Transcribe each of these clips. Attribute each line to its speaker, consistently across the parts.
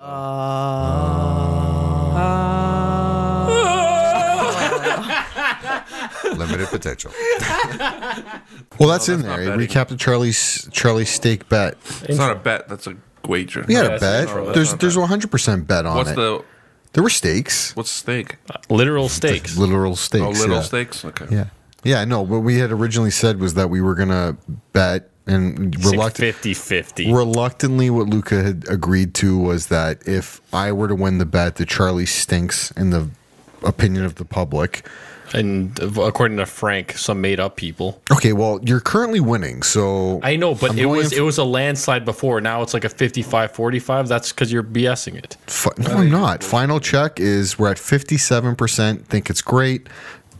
Speaker 1: Ah.
Speaker 2: Limited potential.
Speaker 1: Well, that's in
Speaker 3: not
Speaker 1: there. It
Speaker 3: betting.
Speaker 1: recapped Charlie's Charlie's steak bet.
Speaker 3: It's not a bet. That's a wager.
Speaker 1: We had
Speaker 4: Yeah,
Speaker 1: a
Speaker 4: it's
Speaker 1: bet.
Speaker 4: not really-
Speaker 1: There's
Speaker 3: not
Speaker 1: there's 100 percent bet on
Speaker 3: What's
Speaker 1: it.
Speaker 3: the
Speaker 1: there were stakes,
Speaker 3: what's steak?
Speaker 4: Literal stakes.
Speaker 1: literal stakes.
Speaker 3: Oh, little
Speaker 1: yeah.
Speaker 3: steaks. Okay.
Speaker 1: Yeah, yeah. No, what we had originally said was that we were gonna bet and reluctant.
Speaker 4: 50 50.
Speaker 1: Reluctantly, what Luca had agreed to was that if I were to win the bet, that Charlie stinks in the opinion of the public.
Speaker 4: And uh, according to Frank, some made up people.
Speaker 1: Okay, well, you're currently winning, so
Speaker 4: I know, but
Speaker 1: I'm
Speaker 4: it
Speaker 1: going
Speaker 4: was
Speaker 1: for-
Speaker 4: it was a landslide before. Now it's like a 55 45. That's because you're BSing it.
Speaker 1: Fi- no, I'm not. Final check is we're at 57% think it's great,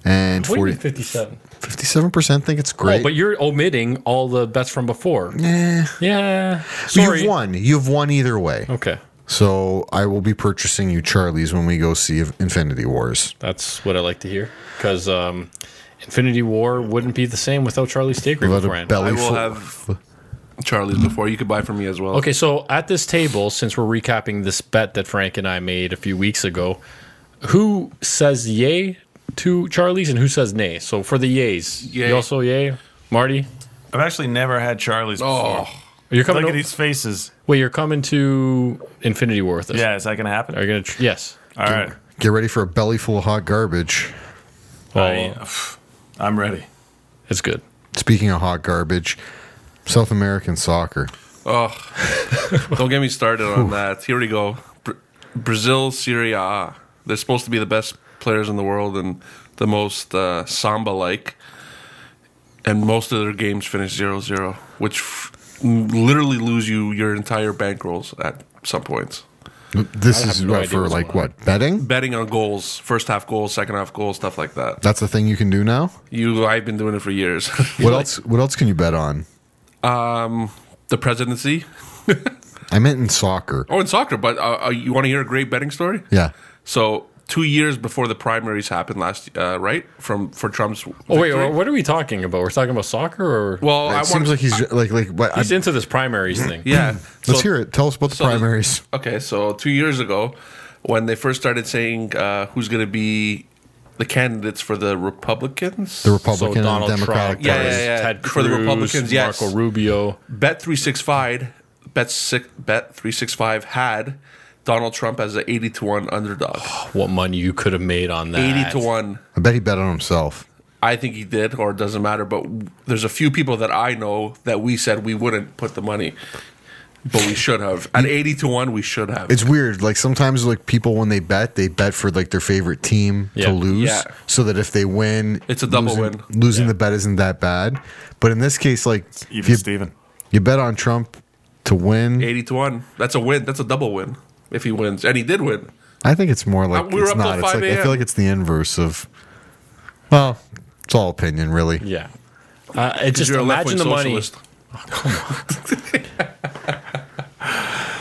Speaker 1: and 40,
Speaker 4: 57?
Speaker 1: 57% think it's
Speaker 4: Oh,
Speaker 1: great.
Speaker 4: but you're omitting all the bets from before.
Speaker 1: Eh,
Speaker 4: Yeah.
Speaker 1: but
Speaker 4: Sorry.
Speaker 1: you've won. You've won either way.
Speaker 4: Okay.
Speaker 1: So I will be purchasing you Charlie's when we go see Infinity Wars.
Speaker 4: That's what I like to hear. Because um, Infinity War wouldn't be the same without Charlie Steak
Speaker 1: Without a
Speaker 4: beforehand.
Speaker 1: belly
Speaker 3: I will
Speaker 1: full-
Speaker 3: have Charlie's before. You could buy for me as well.
Speaker 4: Okay, so at this table, since we're recapping this bet that Frank and I made a few weeks ago, who says yay to Charlie's and who says nay? So for the yays,
Speaker 3: Yay.
Speaker 4: you also yay, Marty.
Speaker 5: I've actually never had Charlie's before.
Speaker 3: Oh,
Speaker 4: You're coming.
Speaker 5: Look
Speaker 4: To,
Speaker 5: at these faces.
Speaker 4: Wait, you're coming to Infinity War with us.
Speaker 5: Yeah, is that going to happen?
Speaker 4: Are you gonna? Tr- yes.
Speaker 5: All right.
Speaker 1: Get ready for a belly full of hot garbage.
Speaker 4: Well,
Speaker 5: I, am ready.
Speaker 4: it's good.
Speaker 1: Speaking of hot garbage, South American soccer.
Speaker 3: oh. Don't get me started on that. Here we go. Br- Brazil, Syria. A. They're supposed to be the best players in the world and the most uh, samba-like. And most of their games finish 0-0, which f- literally lose you your entire bankrolls at some points.
Speaker 1: This
Speaker 4: I
Speaker 1: is
Speaker 4: have no
Speaker 1: what,
Speaker 4: idea
Speaker 1: for
Speaker 4: what's
Speaker 1: like
Speaker 4: going
Speaker 1: what? Betting?
Speaker 3: Betting on goals, first half goals, second half goals, stuff like that.
Speaker 1: That's the thing you can do now?
Speaker 3: You, I've been doing it for years.
Speaker 1: What else what else can you bet on?
Speaker 3: the presidency.
Speaker 1: I meant in soccer.
Speaker 3: Oh, in soccer, but uh, uh, you want to hear a great betting story?
Speaker 1: Yeah.
Speaker 3: So two years before the primaries happened last, uh, right? From for Trump's.
Speaker 4: Oh wait,
Speaker 3: victory.
Speaker 4: what are we talking about? We're talking about soccer, or
Speaker 3: well,
Speaker 1: It
Speaker 3: I
Speaker 1: seems
Speaker 3: want.
Speaker 1: like he's like like what
Speaker 4: he's
Speaker 1: I-
Speaker 4: into this primaries thing.
Speaker 3: yeah.
Speaker 1: let's hear it. Tell us about the
Speaker 3: so-
Speaker 1: primaries.
Speaker 3: Okay, so two years ago, when they first started saying uh, who's going to be the candidates for the Republicans,
Speaker 1: The Republican and
Speaker 4: Donald
Speaker 1: Democratic
Speaker 4: Trump,
Speaker 3: Yeah,
Speaker 1: parties.
Speaker 3: yeah, yeah.
Speaker 4: Ted Cruz,
Speaker 3: For the Republicans, yes.
Speaker 4: Marco Rubio.
Speaker 3: Bet three six five, bet six, bet three six five had Donald Trump as an eighty to one underdog,
Speaker 4: What money you could have made on that?
Speaker 3: eighty to one.
Speaker 1: I bet he bet on himself.
Speaker 3: I think he did, or it doesn't matter. But there's a few people that I know that we said we wouldn't put the money, but we should have. At eighty to one, we should have.
Speaker 1: It's weird. Like sometimes, like people when they bet, they bet for like their favorite team
Speaker 4: Yeah.
Speaker 1: to lose,
Speaker 3: Yeah.
Speaker 1: so that if they win,
Speaker 3: It's a double
Speaker 1: losing,
Speaker 3: win.
Speaker 1: Losing the bet isn't that bad. But in this case, like if
Speaker 5: Even
Speaker 1: you,
Speaker 5: Steven.
Speaker 1: you bet on Trump to win,
Speaker 3: eighty to one. That's a win. That's a double win if he wins, and he did win.
Speaker 1: I think it's more like
Speaker 3: Uh, we were
Speaker 1: it's
Speaker 3: up till
Speaker 1: not. It's
Speaker 3: 5
Speaker 1: like I
Speaker 3: a.m..
Speaker 1: feel like it's the inverse of. Well, it's all opinion, really.
Speaker 4: Yeah. Uh, it just
Speaker 3: You're a
Speaker 4: imagine
Speaker 3: left-wing
Speaker 4: the money.
Speaker 3: socialist.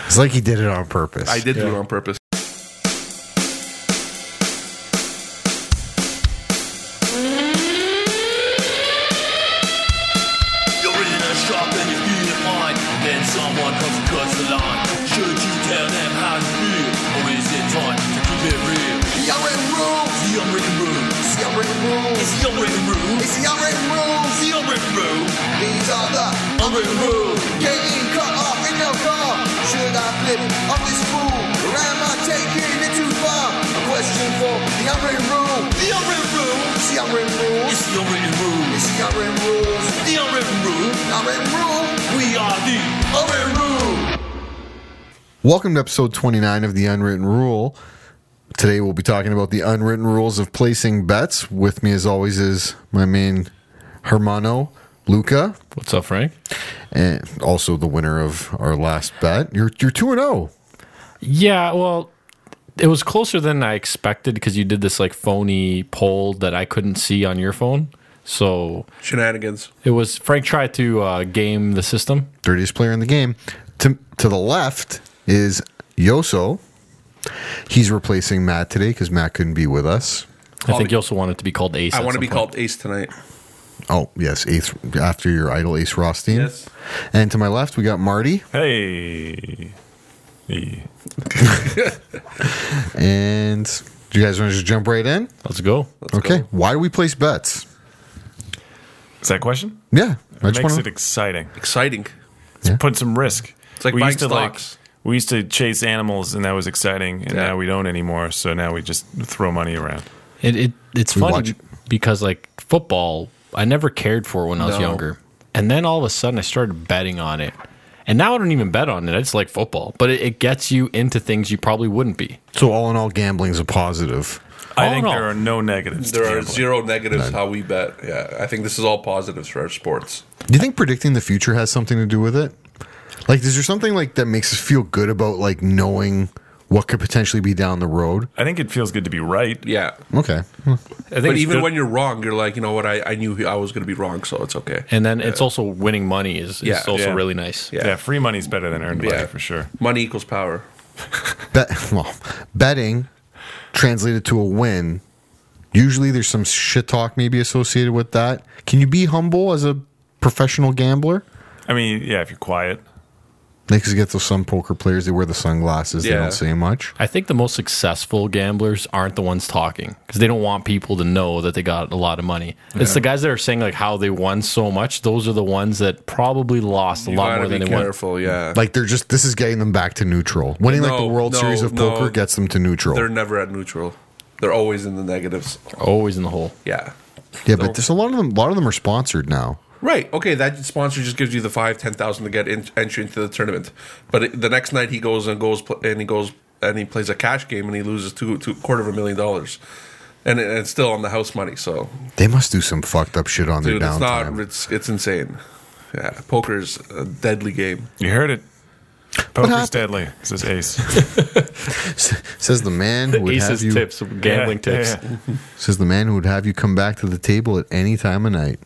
Speaker 1: It's like he did it on purpose.
Speaker 3: I did do it on purpose.
Speaker 6: You're in a shop and you feel it fine. Then someone comes and cuts the line. Should you tell them how you feel? Or is it time to keep it real?
Speaker 7: Y'all in rules.
Speaker 6: It's the unwritten rule.
Speaker 7: It's y'all in rules.
Speaker 6: It's the unwritten rule. It's
Speaker 7: It's y'all in rules.
Speaker 6: the unwritten rule.
Speaker 7: These are the
Speaker 6: Unwritten rule.
Speaker 7: getting cut off in your car. Should I flip off this fool? Or am I taking it too far? A question for the unwritten rule.
Speaker 6: The unwritten rule.
Speaker 7: It's y'all in rules.
Speaker 6: It's the unwritten rule.
Speaker 7: It's y'all in rules.
Speaker 6: It's the unwritten rule.
Speaker 7: Y'all in rule.
Speaker 6: We are the unwritten rule.
Speaker 1: Welcome to episode 29 of The Unwritten Rule. Today we'll be talking about the unwritten rules of placing bets. With me, as always, is my main Hermano, Luca,
Speaker 4: What's up, Frank?
Speaker 1: and also the winner of our last bet. You're you're 2 and oh. 0.
Speaker 4: Yeah, well, it was closer than I expected because you did this like phony poll that I couldn't see on your phone. So
Speaker 3: Shenanigans.
Speaker 4: it was Frank tried to uh, game the system.
Speaker 1: Dirtiest player in the game. To, to the left is Yoso. He's replacing Matt today because Matt couldn't be with us.
Speaker 4: I think you also wanted to be called ace.
Speaker 3: I
Speaker 4: at
Speaker 3: want to
Speaker 4: some
Speaker 3: be
Speaker 4: point.
Speaker 3: called Ace tonight.
Speaker 1: Oh, yes, eighth after your idol Ace Rothstein.
Speaker 3: Yes.
Speaker 1: And to my left we got Marty.
Speaker 5: Hey. Yeah.
Speaker 1: And do you guys want to just jump right in?
Speaker 4: Let's go.
Speaker 1: okay. Why do we place bets?
Speaker 5: Is that a question?
Speaker 1: Yeah. I
Speaker 5: It
Speaker 1: just
Speaker 5: makes
Speaker 1: wanna,
Speaker 5: it exciting.
Speaker 3: exciting.
Speaker 5: Put some risk.
Speaker 3: It's like buying stocks.
Speaker 5: Like, we used to chase animals, and that was exciting. And
Speaker 3: Yeah.
Speaker 5: now we don't anymore. So now we just throw money around.
Speaker 4: It, it it's
Speaker 1: We
Speaker 4: funny
Speaker 1: watch-
Speaker 4: because like football, I never cared for it when I was
Speaker 3: No.
Speaker 4: younger, and then all of a sudden I started betting on it, and now I don't even bet on it. I just like football, but it, it gets you into things you probably wouldn't be.
Speaker 1: so all in all, gambling's a positive.
Speaker 5: I
Speaker 4: All
Speaker 5: think
Speaker 4: in
Speaker 5: there
Speaker 4: all-
Speaker 5: are no negatives. to
Speaker 3: There are
Speaker 5: gambling.
Speaker 3: zero negatives how we bet. Yeah, I think this is all positives for our sports.
Speaker 1: Do you think predicting the future has something to do with it? Like, is there something like that makes us feel good about like knowing what could potentially be down the road?
Speaker 5: I think it feels good to be right.
Speaker 3: Yeah,
Speaker 1: Okay.
Speaker 4: I think
Speaker 3: but even
Speaker 5: good.
Speaker 3: when you're wrong, you're like, you know what? I, I knew I was going to be wrong, so it's okay.
Speaker 4: and then it's also winning money is, is
Speaker 3: Yeah,
Speaker 4: also
Speaker 5: yeah.
Speaker 4: really nice.
Speaker 5: Yeah.
Speaker 3: Yeah.
Speaker 5: free money's better than earned
Speaker 3: Yeah.
Speaker 5: money for sure.
Speaker 3: Money equals power.
Speaker 1: Bet well, betting translated to a win. Usually, there's some shit talk maybe associated with that. Can you be humble as a professional gambler?
Speaker 5: I mean, yeah, if you're quiet,
Speaker 1: Like, 'cause you get those some poker players they wear the sunglasses. They
Speaker 3: Yeah.
Speaker 1: don't say much.
Speaker 4: I think the most successful gamblers aren't the ones talking because they don't want people to know that they got a lot of money. It's the guys that are saying like how they won so much. Those are the ones that probably lost a
Speaker 3: You
Speaker 4: lot
Speaker 3: gotta
Speaker 4: more than
Speaker 3: be
Speaker 4: they won.
Speaker 3: careful. Yeah,
Speaker 1: Like they're just this is getting them back to neutral. Winning like the
Speaker 3: No,
Speaker 1: World
Speaker 3: no,
Speaker 1: Series of
Speaker 3: no.
Speaker 1: Poker gets them to neutral.
Speaker 3: they're never at neutral. They're always in the negatives.
Speaker 4: Always in the hole.
Speaker 3: Yeah.
Speaker 1: yeah, but there's a lot of them. A lot of them are sponsored now.
Speaker 3: Right. Okay. That sponsor just gives you the five, ten thousand to get in, entry into the tournament. But it, the next night he goes and goes pl- and he goes and he plays a cash game and he loses two, two quarter of a million dollars, and, it- and it's still on the house money. So,
Speaker 1: They must do some fucked up shit on
Speaker 3: dude,
Speaker 1: their
Speaker 3: it's
Speaker 1: downtime.
Speaker 3: not. It's it's insane. Yeah, poker's a deadly game.
Speaker 5: you heard it. Poker's
Speaker 1: happened?
Speaker 5: deadly. This is Ace.
Speaker 1: says the man who would have
Speaker 4: Aces
Speaker 1: you
Speaker 4: tips, gambling
Speaker 5: Yeah,
Speaker 4: tips.
Speaker 5: yeah, yeah.
Speaker 1: says the man who would have you come back to the table at any time of night.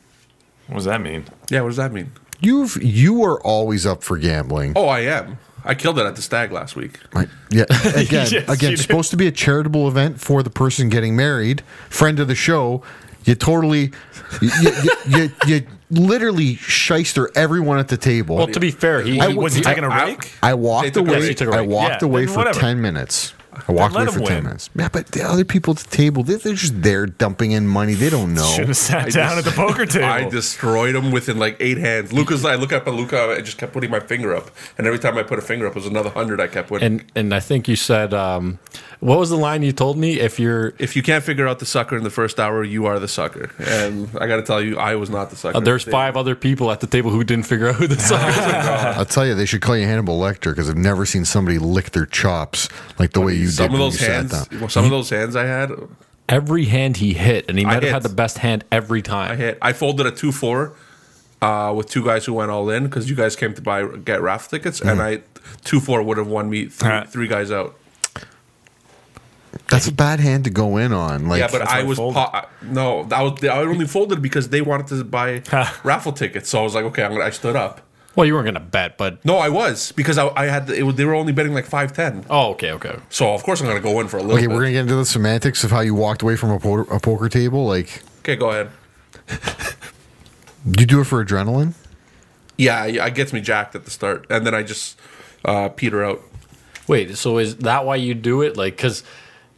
Speaker 5: What does that mean?
Speaker 3: Yeah. What does that mean?
Speaker 1: You've you are always up for gambling.
Speaker 3: Oh, I am. I killed it at the stag last week.
Speaker 1: Right. Yeah. Again,
Speaker 5: Yes,
Speaker 1: again,
Speaker 5: you do.
Speaker 1: supposed to be a charitable event for the person getting married, friend of the show. You totally, you, you, you, you literally shyster everyone at the table.
Speaker 4: Well, to be fair, he,
Speaker 5: Hey,
Speaker 4: he-
Speaker 5: was he
Speaker 4: I-
Speaker 5: taking a
Speaker 3: I-
Speaker 5: rake?
Speaker 1: I
Speaker 3: They
Speaker 1: walked
Speaker 3: took a
Speaker 1: away.
Speaker 3: break.
Speaker 4: Took a
Speaker 1: I
Speaker 4: break.
Speaker 1: walked
Speaker 5: Yeah,
Speaker 1: away
Speaker 5: then
Speaker 1: for
Speaker 5: whatever.
Speaker 1: ten minutes. I walked
Speaker 5: let
Speaker 1: away
Speaker 5: him
Speaker 1: for ten
Speaker 5: win.
Speaker 1: minutes. Yeah, but the other people at the table, they, they're just there dumping in money. They don't
Speaker 5: Should
Speaker 1: know.
Speaker 5: have sat down at the poker table.
Speaker 3: I destroyed him within like eight hands. Luca's. I look up at Luca. I just kept putting my finger up, and every time I put a finger up, it was another hundred. I kept winning.
Speaker 4: and and I think you said um, what was the line you told me? If you're
Speaker 3: if you can't figure out the sucker in the first hour, you are the sucker. And I got to tell you, I was not the sucker.
Speaker 4: uh, there's
Speaker 3: They-
Speaker 4: five other people at the table who didn't figure out who this was.
Speaker 1: I'll tell you, they should call you Hannibal Lecter because I've never seen somebody lick their chops like the way you did
Speaker 3: Some of
Speaker 1: when
Speaker 3: those
Speaker 1: you sat
Speaker 3: hands,
Speaker 1: down.
Speaker 3: well, some of those hands I had,
Speaker 4: every hand he hit, and he might have
Speaker 3: hit.
Speaker 4: had the best hand every time.
Speaker 3: I hit. I folded a two four uh, with two guys who went all in because you guys came to buy get raft tickets, and I two four would have won me three,
Speaker 5: Huh.
Speaker 3: three guys out.
Speaker 1: That's a bad hand to go in on. Like,
Speaker 3: Yeah, but
Speaker 5: That's why
Speaker 3: I
Speaker 5: I
Speaker 3: was
Speaker 5: folded.
Speaker 3: pa- no, I was I only folded because they wanted to buy raffle tickets, so I was like, okay, I'm gonna, I stood up.
Speaker 4: Well, you weren't gonna bet, but
Speaker 3: No, I was because I, I had it was, they were only betting like five ten,
Speaker 4: oh, okay, okay.
Speaker 3: so of course I'm gonna go in for a little.
Speaker 1: Okay,
Speaker 3: bit.
Speaker 1: we're gonna get into the semantics of how you walked away from a, po- a poker table. Like,
Speaker 3: okay, go ahead.
Speaker 1: do you do it for adrenaline?
Speaker 3: Yeah, yeah, it gets me jacked at the start, and then I just uh, peter out.
Speaker 4: Wait, so is that why you do it? Like, because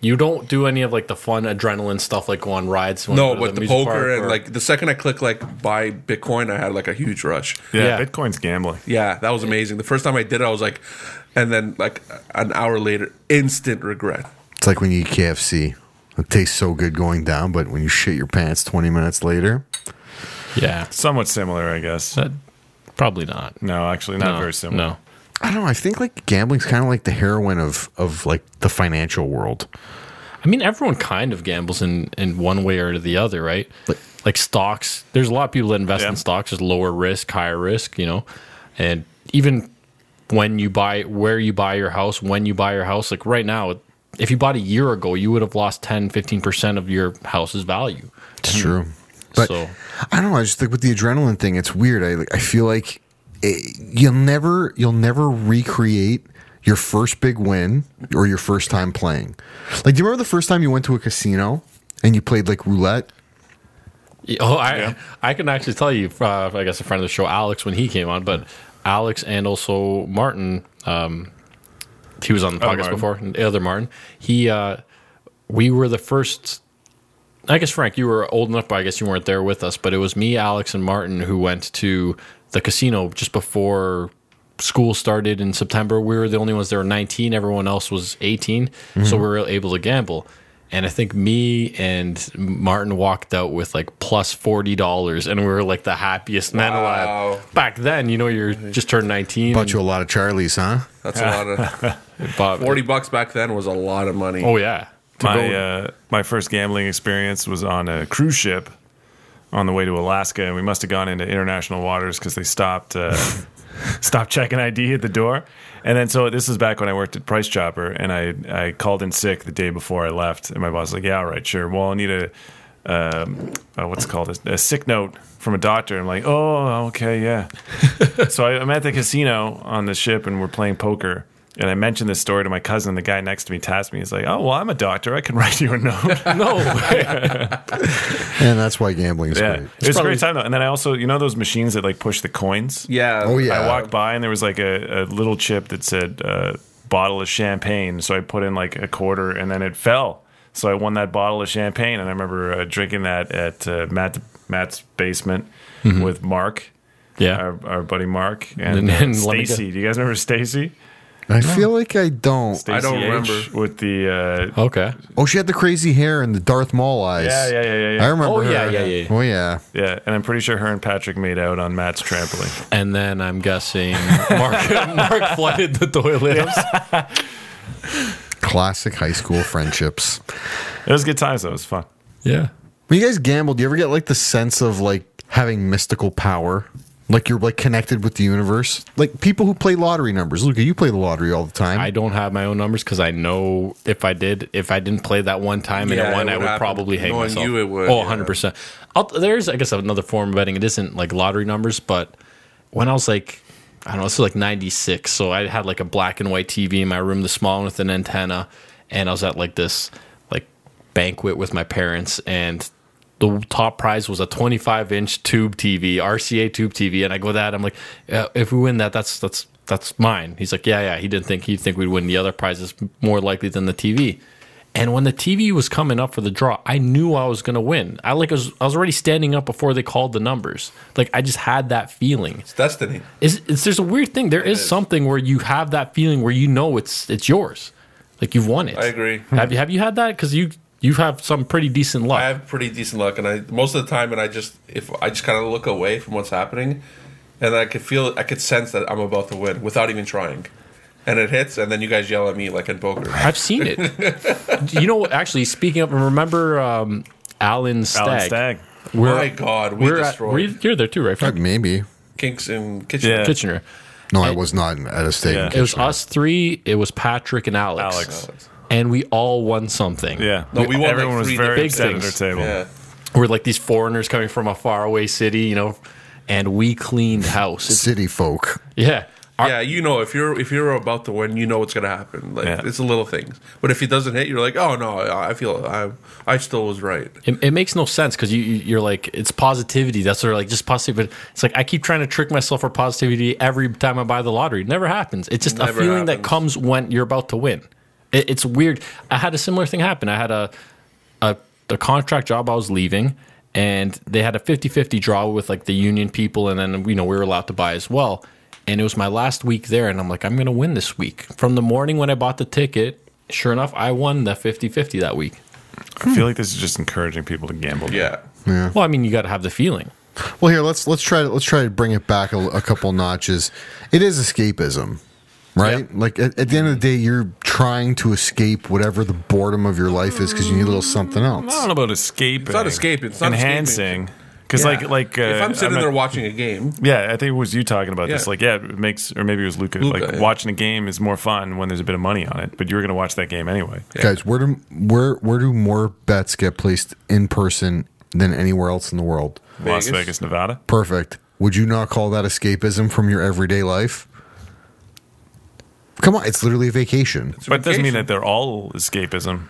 Speaker 4: you don't do any of like the fun adrenaline stuff, like go on rides. when you go
Speaker 3: No,
Speaker 4: to
Speaker 3: but the,
Speaker 4: music park
Speaker 3: poker and
Speaker 4: or-
Speaker 3: like the second I click like buy Bitcoin, I had like a huge rush.
Speaker 5: yeah,
Speaker 4: Yeah.
Speaker 5: Bitcoin's gambling.
Speaker 3: Yeah, that was amazing. The first time I did it, I was like, and then like an hour later, instant regret.
Speaker 1: It's like when you eat KFC. It tastes so good going down, but when you shit your pants twenty minutes later,
Speaker 4: yeah,
Speaker 5: Somewhat similar, I guess.
Speaker 4: that, probably not.
Speaker 5: No, actually, not
Speaker 4: no,
Speaker 5: very similar.
Speaker 4: No,
Speaker 1: I don't know. I think like gambling's kind of like the heroin of of like the financial world.
Speaker 4: I mean, everyone kind of gambles in in one way or the other, right? Like, stocks. There's a lot of people that invest
Speaker 5: Yeah.
Speaker 4: in stocks. There's lower risk, higher risk, you know, and even when you buy where you buy your house, when you buy your house, like right now, if you bought a year ago, you would have lost 10, 15 percent of your house's value.
Speaker 1: It's true, but
Speaker 4: so
Speaker 1: I don't know. I just think with the adrenaline thing, it's weird. I like, I feel like it, you'll never you'll never recreate your first big win or your first time playing. Like, do you remember the first time you went to a casino and you played like roulette?
Speaker 4: Oh, I I can actually tell you. Uh, I guess a friend of the show, Alex, when he came on, but Alex and also Martin, um, he was on the podcast
Speaker 5: Martin.
Speaker 4: before, and other Martin. He, uh, we were the first. I guess Frank, you were old enough, but I guess you weren't there with us. But it was me, Alex, and Martin who went to the casino just before school started in September. We were the only ones there were 19. Everyone else was 18, so we were able to gamble. And I think me and Martin walked out with like plus forty dollars, and we were like the happiest men
Speaker 3: Wow.
Speaker 4: alive. Back then, you know, you're just turned nineteen.
Speaker 1: Bought you a lot of Charlies, huh?
Speaker 3: That's a lot of
Speaker 4: but-
Speaker 3: forty bucks back then was a lot of money.
Speaker 4: Oh yeah.
Speaker 5: my uh, my first gambling experience was on a cruise ship on the way to Alaska, and we must have gone into international waters because they stopped uh, stopped checking ID at the door. And then so this was back when I worked at Price Chopper, and I I called in sick the day before I left, and my boss was like, "Yeah, all right, sure. Well, I need a." Um, uh, what's it called a, a sick note from a doctor. I'm like, oh, okay, yeah so I, I'm at the casino on the ship and we're playing poker. And I mentioned this story to my cousin. The guy next to me tapped me. He's like, "Oh well, I'm a doctor. I can write you a note."
Speaker 4: No way.
Speaker 1: And that's why gambling is
Speaker 5: yeah,
Speaker 1: great.
Speaker 5: it was a great time though. And then I also, you know, those machines that like push the coins.
Speaker 3: Yeah.
Speaker 1: Oh yeah.
Speaker 5: I walked by and there was like a, a little chip that said uh, bottle of champagne. So I put in like a quarter and then it fell. So I won that bottle of champagne. And I remember uh, drinking that at uh, Matt, Matt's basement with Mark,
Speaker 4: Mm-hmm. yeah.
Speaker 5: our, our buddy Mark,
Speaker 4: And
Speaker 5: and,
Speaker 4: then
Speaker 5: uh,
Speaker 4: let me
Speaker 5: Stacy. Do you guys remember Stacy?
Speaker 1: I feel like I don't.
Speaker 5: Stacey
Speaker 3: I don't
Speaker 5: H
Speaker 3: remember.
Speaker 5: with the uh,
Speaker 4: Okay.
Speaker 1: Oh, she had the crazy hair and the Darth Maul eyes.
Speaker 5: yeah, yeah, yeah, yeah,
Speaker 1: I
Speaker 5: yeah.
Speaker 1: remember.
Speaker 4: Oh, yeah,
Speaker 1: her.
Speaker 4: yeah, yeah.
Speaker 1: Oh yeah.
Speaker 5: yeah, and I'm pretty sure her and Patrick made out on Matt's trampoline.
Speaker 4: And then I'm guessing Mark Mark flooded the toilet.
Speaker 1: Classic high school friendships.
Speaker 5: It was good times though. It was fun.
Speaker 4: Yeah.
Speaker 1: When you guys gamble, do you ever get like the sense of like having mystical power? Like you're like connected with the universe? Like people who play lottery numbers. Luca, you play the lottery all the time.
Speaker 4: I don't have my own numbers because I know if I did, if I didn't play that one time and
Speaker 3: Yeah,
Speaker 4: it won,
Speaker 3: it
Speaker 4: I
Speaker 3: would
Speaker 4: would
Speaker 3: happen.
Speaker 4: probably hang
Speaker 3: Knowing
Speaker 4: myself.
Speaker 3: you, it would,
Speaker 4: Oh,
Speaker 3: yeah.
Speaker 4: 100%. I'll, there's, I guess, another form of betting. It isn't like lottery numbers, but when I was like, I don't know, this was like 96. So I had like a black and white TV in my room, the small one with an antenna. And I was at like this like banquet with my parents. And the top prize was a 25 inch tube TV, RCA tube TV. And I go that, I'm like, uh, if we win that, that's, that's, that's mine. He's like, yeah, yeah. He didn't think he'd think we'd win the other prizes more likely than the TV. And when the TV was coming up for the draw, I knew I was going to win. I like was, I was already standing up before they called the numbers. Like I just had that feeling
Speaker 3: It's destiny.
Speaker 4: is it's there's a weird thing. There is,
Speaker 3: is.
Speaker 4: something where you have that feeling where you know it's it's yours, like you've won it.
Speaker 3: I agree.
Speaker 4: Have you have you had that? Because you you have some pretty decent luck.
Speaker 3: I have pretty decent luck, and I most of the time, and I just if I just kind of look away from what's happening, and I could feel, I could sense that I'm about to win without even trying, and it hits, and then you guys yell at me like in poker.
Speaker 4: I've seen it. you know, actually speaking of, remember um, Alan Stagg?
Speaker 5: Alan Stagg.
Speaker 4: We're,
Speaker 3: My God, we
Speaker 4: we're at,
Speaker 3: destroyed
Speaker 4: were you, you're there too, right?
Speaker 1: Uh,
Speaker 4: Frank?
Speaker 1: Maybe.
Speaker 3: Kinks in kitchen.
Speaker 5: Yeah.
Speaker 4: Kitchener.
Speaker 1: No, I was not at a state.
Speaker 5: Yeah.
Speaker 4: It was us three. It was Patrick and Alex.
Speaker 5: Alex.
Speaker 4: And we all won something.
Speaker 5: Yeah,
Speaker 3: No, we won, like,
Speaker 5: everyone was
Speaker 3: three
Speaker 5: very
Speaker 4: different
Speaker 5: upset
Speaker 4: things.
Speaker 5: at our table.
Speaker 3: Yeah.
Speaker 4: We're like these foreigners coming from a faraway city, you know, and we cleaned house. It's-
Speaker 1: City folk.
Speaker 4: yeah. Our-
Speaker 3: Yeah, you know if you're if you're about to win, you know what's gonna happen. Like
Speaker 5: Yeah.
Speaker 3: it's the little things, but if it doesn't hit, you're like, oh no, I I feel I I still was right.
Speaker 4: It, it makes no sense because you, you you're like it's positivity. That's sort of like just positive. But it's like I keep trying to trick myself for positivity every time I buy the lottery. It never happens. It's just a
Speaker 3: Never
Speaker 4: feeling that
Speaker 3: happens.
Speaker 4: comes when you're about to win. It, it's weird. I had a similar thing happen. I had a a the contract job I was leaving, and they had a 50-50 draw with like the union people, and then you know we were allowed to buy as well. And it was my last week there, and I'm like, I'm gonna win this week. From the morning when I bought the ticket, sure enough, I won the 50-50 that week.
Speaker 5: I feel like this is just encouraging people to gamble.
Speaker 3: Yeah,
Speaker 4: Well, I mean, you got to have the feeling.
Speaker 1: Well, here let's let's try to let's try to bring it back a, a couple notches. It is escapism, right? Like at, at the end of the day, you're trying to escape whatever the boredom of your life is because you need a little something
Speaker 5: I don't
Speaker 1: else.
Speaker 5: know about escaping. It's
Speaker 3: not escaping, it's not
Speaker 5: enhancing. Because
Speaker 3: Yeah.
Speaker 5: like like uh,
Speaker 3: if I'm sitting
Speaker 5: not-
Speaker 3: there watching a game,
Speaker 5: Yeah, I think it was you talking about this.
Speaker 3: Yeah.
Speaker 5: Like, yeah, it makes, or maybe it was Luca.
Speaker 3: Luca,
Speaker 5: like,
Speaker 3: yeah.
Speaker 5: watching a game is more fun when there's a bit of money on it, but you were going to watch that game anyway.
Speaker 1: Guys, where do where where do more bets get placed in person than anywhere else in the world?
Speaker 5: Las
Speaker 3: Vegas.
Speaker 5: Vegas, Nevada.
Speaker 1: Perfect. Would you not call that escapism from your everyday life? Come on, it's literally a vacation.
Speaker 5: But it doesn't
Speaker 3: vacation.
Speaker 5: mean that they're all escapism.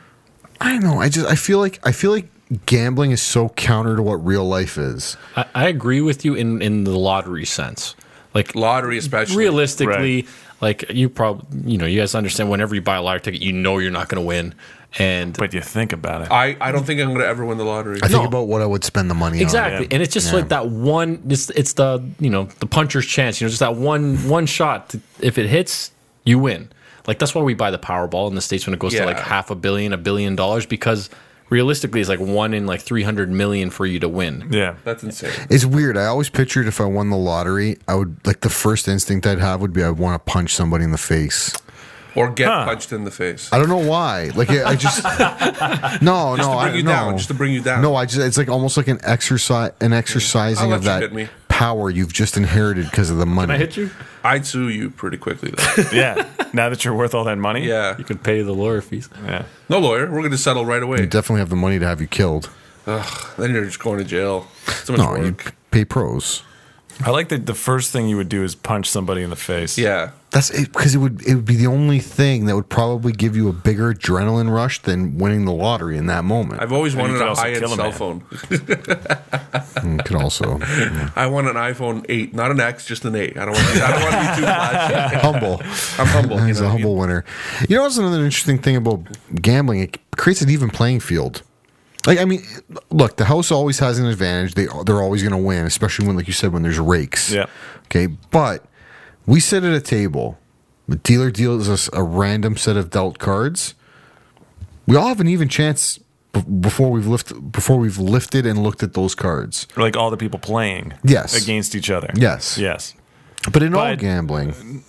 Speaker 1: I know. I just I feel like I feel like gambling is so counter to what real life is.
Speaker 4: I, I agree with you in in the lottery sense. Like
Speaker 3: lottery especially.
Speaker 4: realistically, Like you probably, you know, you guys understand. Whenever you buy a lottery ticket, you know you're not going to win, and
Speaker 5: But you think about it.
Speaker 3: I, I don't think I'm going to ever win the lottery.
Speaker 1: I think
Speaker 4: No.
Speaker 1: about what I would spend the money
Speaker 4: Exactly,
Speaker 5: yeah.
Speaker 4: and it's just like that one. It's it's the you know the puncher's chance. You know, just that one one shot. To, if it hits, you win. Like that's why we buy the Powerball in the states when it goes
Speaker 3: Yeah.
Speaker 4: to like half a billion, a billion dollars, because realistically, it's like one in like three hundred million for you to win.
Speaker 5: yeah.
Speaker 3: That's insane.
Speaker 1: on. It's weird. I always pictured if I won the lottery, I would like the first instinct I'd have would be I'd want to punch somebody in the face.
Speaker 3: Or get
Speaker 5: Huh.
Speaker 3: punched in the face.
Speaker 1: I don't know why. Like I I just no, no.
Speaker 3: to bring
Speaker 1: I,
Speaker 3: you
Speaker 1: no.
Speaker 3: down, just to bring you down.
Speaker 1: No, I just it's like almost like an exercise, an exercising
Speaker 3: I'll
Speaker 1: of
Speaker 3: let you hit
Speaker 1: that
Speaker 3: me.
Speaker 1: power you've just inherited because of the money.
Speaker 4: you?
Speaker 3: I'd sue you pretty quickly, though.
Speaker 5: Yeah. now that you're worth all that money.
Speaker 3: yeah.
Speaker 4: You could pay the lawyer fees.
Speaker 5: Yeah.
Speaker 3: No lawyer. We're going to settle right away.
Speaker 1: Definitely have the money to have you killed.
Speaker 3: Then you're just going to jail. So much
Speaker 1: No, you
Speaker 3: work.
Speaker 1: p- pay pros.
Speaker 5: I like that the first thing you would do is punch somebody in the face.
Speaker 3: yeah.
Speaker 1: That's it because it would it would be the only thing that would probably give you a bigger adrenaline rush than winning the lottery in that moment.
Speaker 3: I've always
Speaker 5: And you
Speaker 3: wanted
Speaker 5: could
Speaker 3: a
Speaker 5: also
Speaker 3: high end
Speaker 5: kill a
Speaker 3: cell
Speaker 5: man.
Speaker 3: phone.
Speaker 1: Mm, could also
Speaker 3: I want an iPhone 8, not an X, just an 8. I don't want to be, I don't want to be too flashy.
Speaker 1: humble.
Speaker 3: I'm humble. you
Speaker 1: He's
Speaker 3: know?
Speaker 1: a humble winner. You know, what's another interesting thing about gambling? It creates an even playing field. Like, I mean, look, the house always has an advantage. They they're always going to win, especially when, like you said, when there's rakes.
Speaker 5: Yeah.
Speaker 1: Okay, but we sit at a table. The dealer deals us a random set of dealt cards. We all have an even chance b- before we've lift before we've lifted and looked at those cards.
Speaker 5: Like all the people playing.
Speaker 1: Yes.
Speaker 5: Against each other.
Speaker 1: Yes.
Speaker 5: Yes.
Speaker 1: But in all
Speaker 5: But-
Speaker 1: gambling,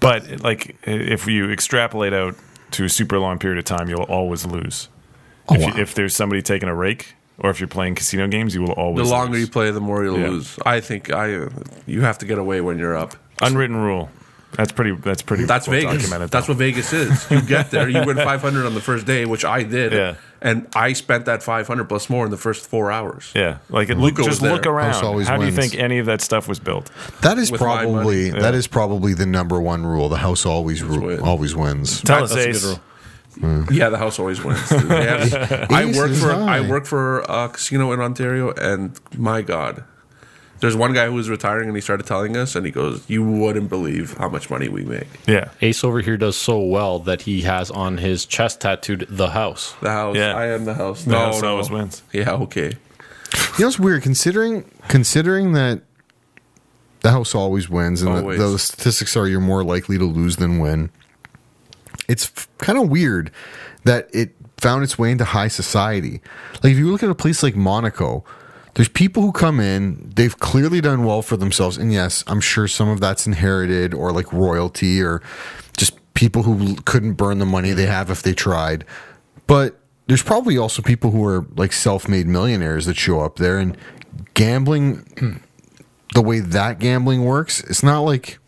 Speaker 5: But like if you extrapolate out to a super long period of time, you'll always lose.
Speaker 1: Oh,
Speaker 5: if, you-
Speaker 1: wow.
Speaker 5: if there's somebody taking a rake or if you're playing casino games, you will
Speaker 3: The
Speaker 5: always
Speaker 3: longer you
Speaker 5: lose.
Speaker 3: play, the more you'll
Speaker 5: Yeah.
Speaker 3: lose. I think I uh, you have to get away when you're up.
Speaker 5: unwritten rule. That's pretty that's pretty
Speaker 3: That's
Speaker 5: well
Speaker 3: Vegas.
Speaker 5: documented,
Speaker 3: That's
Speaker 5: though.
Speaker 3: what Vegas is. You get there, you win 500 on the first day, which I did.
Speaker 5: Yeah.
Speaker 3: And I spent that 500 plus more in the first four hours.
Speaker 5: yeah, like it, look,
Speaker 3: Luca was
Speaker 5: just look
Speaker 3: there.
Speaker 5: around.
Speaker 1: House always
Speaker 5: How do you
Speaker 1: wins.
Speaker 5: think any of that stuff was built?
Speaker 1: that is
Speaker 3: With my money,
Speaker 1: probably
Speaker 5: yeah.
Speaker 1: that is probably the number one rule. The house always
Speaker 3: win.
Speaker 1: ru- always wins.
Speaker 5: Tell
Speaker 4: That's a
Speaker 5: us,
Speaker 4: good
Speaker 5: Ace.
Speaker 4: rule.
Speaker 3: Yeah, the house always wins. dude. They have- I
Speaker 1: Ace
Speaker 3: work
Speaker 1: is
Speaker 3: for
Speaker 1: high.
Speaker 3: I work for a casino in Ontario, and my God, there's one guy who was retiring, and he started telling us, and he goes, "You wouldn't believe how much money we make."
Speaker 5: Yeah,
Speaker 4: Ace over here does so well that he has on his chest tattooed the house.
Speaker 3: The house,
Speaker 5: Yeah.
Speaker 3: I am the house.
Speaker 5: The
Speaker 3: no,
Speaker 5: house
Speaker 3: no.
Speaker 5: always wins.
Speaker 3: Yeah, okay.
Speaker 1: You know, it's weird considering considering that the house always wins, and
Speaker 3: Always.
Speaker 1: The, the statistics are you're more likely to lose than win. It's kind of weird that it found its way into high society. Like if you look at a place like Monaco, there's people who come in, they've clearly done well for themselves, and yes, I'm sure some of that's inherited or like royalty or just people who l- couldn't burn the money they have if they tried. But there's probably also people who are like self-made millionaires that show up there and gambling the way that gambling works, it's not like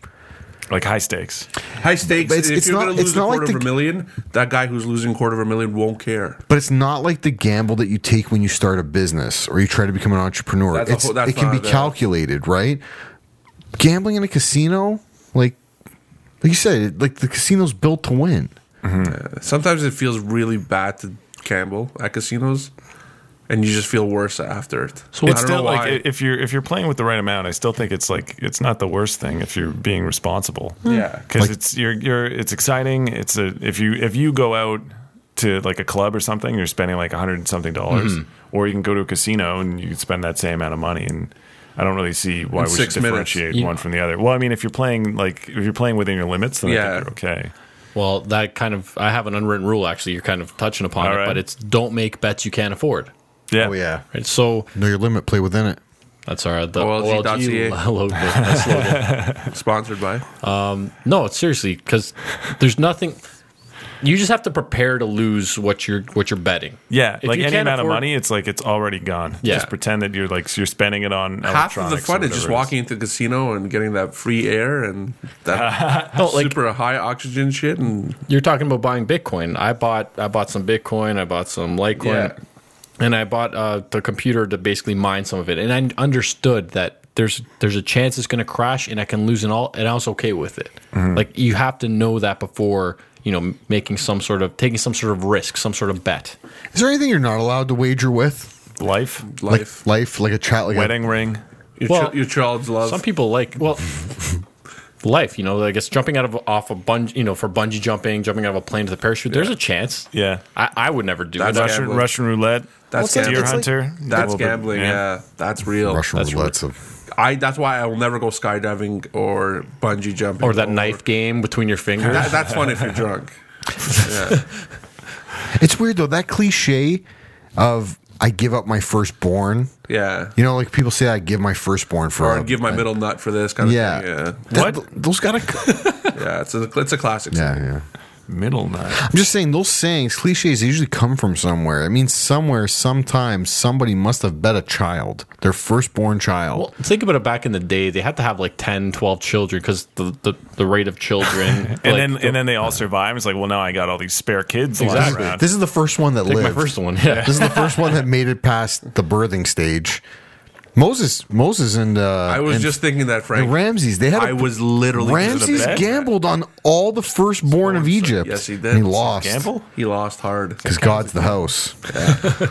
Speaker 5: like high stakes.
Speaker 3: High stakes.
Speaker 1: But it's-
Speaker 3: if
Speaker 1: it's
Speaker 3: you're
Speaker 1: not-
Speaker 3: going to
Speaker 1: it's
Speaker 3: lose a
Speaker 1: not like
Speaker 3: quarter of a
Speaker 1: the-
Speaker 3: million, that guy who's losing a quarter of a million won't care.
Speaker 1: but it's not like the gamble that you take when you start a business or you try to become an entrepreneur.
Speaker 3: That's a
Speaker 1: It's-
Speaker 3: whole- that's
Speaker 1: it can
Speaker 3: not
Speaker 1: be
Speaker 3: the-
Speaker 1: calculated, right? Gambling in a casino, like like you said, it- like the casino's built to win.
Speaker 3: Sometimes it feels really bad to gamble at casinos, and you just feel worse after it. So
Speaker 5: it's still like i- if you're if you're playing with the right amount, I still think it's like it's not the worst thing if you're being responsible.
Speaker 3: Hmm. Yeah.
Speaker 5: because it's you're you're it's exciting. It's a if you if you go out to like a club or something, you're spending like a hundred and something dollars,
Speaker 3: Mm-hmm.
Speaker 5: or you can go to a casino and you can spend that same amount of money. And I don't really see
Speaker 3: In
Speaker 5: why we should
Speaker 3: six minutes.
Speaker 5: differentiate
Speaker 4: You-
Speaker 5: one from the other. Well, I mean, if you're playing like if you're playing within your limits, then
Speaker 3: Yeah.
Speaker 5: I think you're okay.
Speaker 4: Well, that kind of I have an unwritten rule actually. You're kind of touching upon
Speaker 5: All
Speaker 4: it,
Speaker 5: right.
Speaker 4: but it's don't make bets you can't afford.
Speaker 3: Oh,
Speaker 5: Oh, Yeah,
Speaker 4: Right, so
Speaker 1: Know your limit, play within it.
Speaker 4: That's our the
Speaker 3: OLG.ca.
Speaker 4: OLG logo. That's logo.
Speaker 3: sponsored by
Speaker 4: No, it's seriously because there's nothing. You just have to prepare to lose what you're what you're betting.
Speaker 5: Yeah,
Speaker 4: If
Speaker 5: like
Speaker 4: you
Speaker 5: any
Speaker 4: can't
Speaker 5: amount of
Speaker 4: afford-
Speaker 5: money, it's like it's already gone.
Speaker 4: Yeah.
Speaker 5: Just pretend that you're like you're spending it on
Speaker 3: half of the
Speaker 5: electronics or
Speaker 3: fun is just
Speaker 5: whatever it
Speaker 3: walking into the casino and getting that free air and that
Speaker 4: No, like
Speaker 3: super high oxygen shit and
Speaker 4: you're talking about buying Bitcoin. I bought I bought some Bitcoin. I bought some Litecoin,
Speaker 3: Yeah.
Speaker 4: and I bought uh, the computer to basically mine some of it. And I understood that there's there's a chance it's going to crash, and I can lose it all, and I was okay with it.
Speaker 5: Mm-hmm.
Speaker 4: Like you have to know that before you know m- making some sort of taking some sort of risk, some sort of bet.
Speaker 1: Is there anything you're not allowed to wager with?
Speaker 5: is. life,
Speaker 3: life.
Speaker 1: Like life, like a child, like a-
Speaker 5: wedding ring.
Speaker 3: your,
Speaker 4: Well,
Speaker 3: chi- your child's love.
Speaker 4: Some people like well, life. You know, I guess jumping out of off a bungee, you know, for bungee jumping, jumping out of a plane to the parachute. There's a chance.
Speaker 5: Yeah.
Speaker 4: I, I would never do
Speaker 3: That's
Speaker 4: that.
Speaker 5: Russian,
Speaker 3: Gambling.
Speaker 5: Russian roulette.
Speaker 3: That's
Speaker 5: deer
Speaker 3: gambling.
Speaker 5: hunter.
Speaker 3: That's
Speaker 5: Little bit,
Speaker 3: gambling. Yeah. that's real.
Speaker 1: Russian
Speaker 4: That's
Speaker 1: roulette's a
Speaker 3: I. That's why I will never go skydiving or bungee jumping
Speaker 4: Or that knife game between your fingers.
Speaker 3: That, that's fun if you're drunk.
Speaker 1: It's weird though that cliche of I give up my firstborn.
Speaker 3: Yeah.
Speaker 1: You know, like people say I give my firstborn for
Speaker 3: Or
Speaker 1: a-
Speaker 3: give my
Speaker 1: a-
Speaker 3: middle nut for this kind of
Speaker 1: Yeah.
Speaker 3: thing.
Speaker 1: That-
Speaker 5: What?
Speaker 1: Those gotta. c-
Speaker 3: Yeah. Yeah. It's a, it's a classic.
Speaker 1: yeah, yeah.
Speaker 5: Middle night.
Speaker 1: I'm just saying those sayings, cliches, they usually come from somewhere. It means somewhere, sometime, somebody must have bet a child, their firstborn child.
Speaker 4: Well, think about it back in the day, they had to have like 10, 12 children because the, the, the rate of children.
Speaker 5: And then and then they all survive. It's like, well, now I got all these spare kids lying
Speaker 4: Exactly.
Speaker 5: around.
Speaker 1: this is the first one that
Speaker 4: Take my
Speaker 1: lived.
Speaker 4: first one. Yeah.
Speaker 1: This is the first one that made it past the birthing stage. Moses, Moses, and uh,
Speaker 3: I was
Speaker 1: and-
Speaker 3: just thinking that, Frank.
Speaker 1: and Ramses. They had.
Speaker 3: I
Speaker 1: a-
Speaker 3: was literally
Speaker 1: Ramses
Speaker 3: gonna bet.
Speaker 1: gambled on all the firstborn of Egypt.
Speaker 3: Yes, he did.
Speaker 1: And he lost.
Speaker 5: Gamble?
Speaker 3: He lost hard.
Speaker 1: Because God's the house.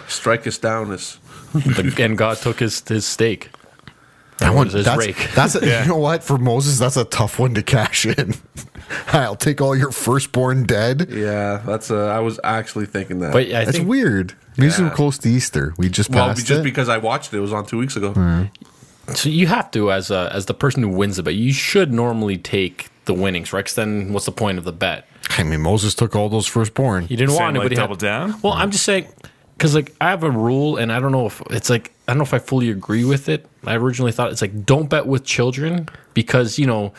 Speaker 3: Strike us down is
Speaker 4: The- and God took his, his stake. That
Speaker 1: One-
Speaker 4: was his
Speaker 1: that's,
Speaker 4: rake.
Speaker 1: that's a,
Speaker 5: Yeah.
Speaker 1: you know what for Moses that's a tough one to cash in. I'll take all your firstborn dead.
Speaker 3: yeah. That's uh, I was actually thinking that.
Speaker 4: But I
Speaker 1: that's
Speaker 4: think
Speaker 1: weird. I mean, this is
Speaker 3: Yeah.
Speaker 1: close to Easter. We just
Speaker 3: well,
Speaker 1: passed
Speaker 3: just
Speaker 1: it. Hmm.
Speaker 3: because I watched it, it was on two weeks ago.
Speaker 4: so you have to as a, as the person who wins the bet, you should normally take the winnings, right? 'Cause then what's the point of the bet?
Speaker 1: I mean, Moses took all those firstborn.
Speaker 4: You didn't
Speaker 5: Saying,
Speaker 4: want
Speaker 5: like,
Speaker 4: anybody
Speaker 5: double down?
Speaker 4: Well, I'm just saying because like I have a rule, and I don't know if it's like I don't know if I fully agree with it. I originally thought it's like don't bet with children because you know,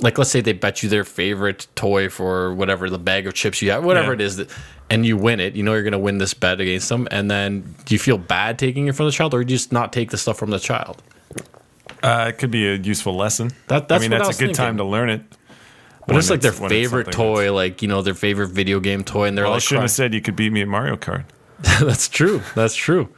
Speaker 4: like let's say they bet you their favorite toy for whatever the bag of chips you have, whatever
Speaker 5: Yeah.
Speaker 4: it is that. And you win it, you know you're going to win this bet against them. And then do you feel bad taking it from the child, or you just not take the stuff from the child?
Speaker 5: Uh, it could be a useful lesson.
Speaker 4: That- that's
Speaker 5: I mean,
Speaker 4: what I
Speaker 5: that's
Speaker 4: was
Speaker 5: a good time
Speaker 4: thinking.
Speaker 5: to learn it.
Speaker 4: But
Speaker 5: When
Speaker 4: it's like their
Speaker 5: when it's
Speaker 4: favorite
Speaker 5: something that's-
Speaker 4: toy, like you know their favorite video game toy, and they're
Speaker 5: Well, I
Speaker 4: like,
Speaker 5: shouldn't have
Speaker 4: crying.
Speaker 5: said you could beat me at Mario Kart.
Speaker 4: "That's true, that's true."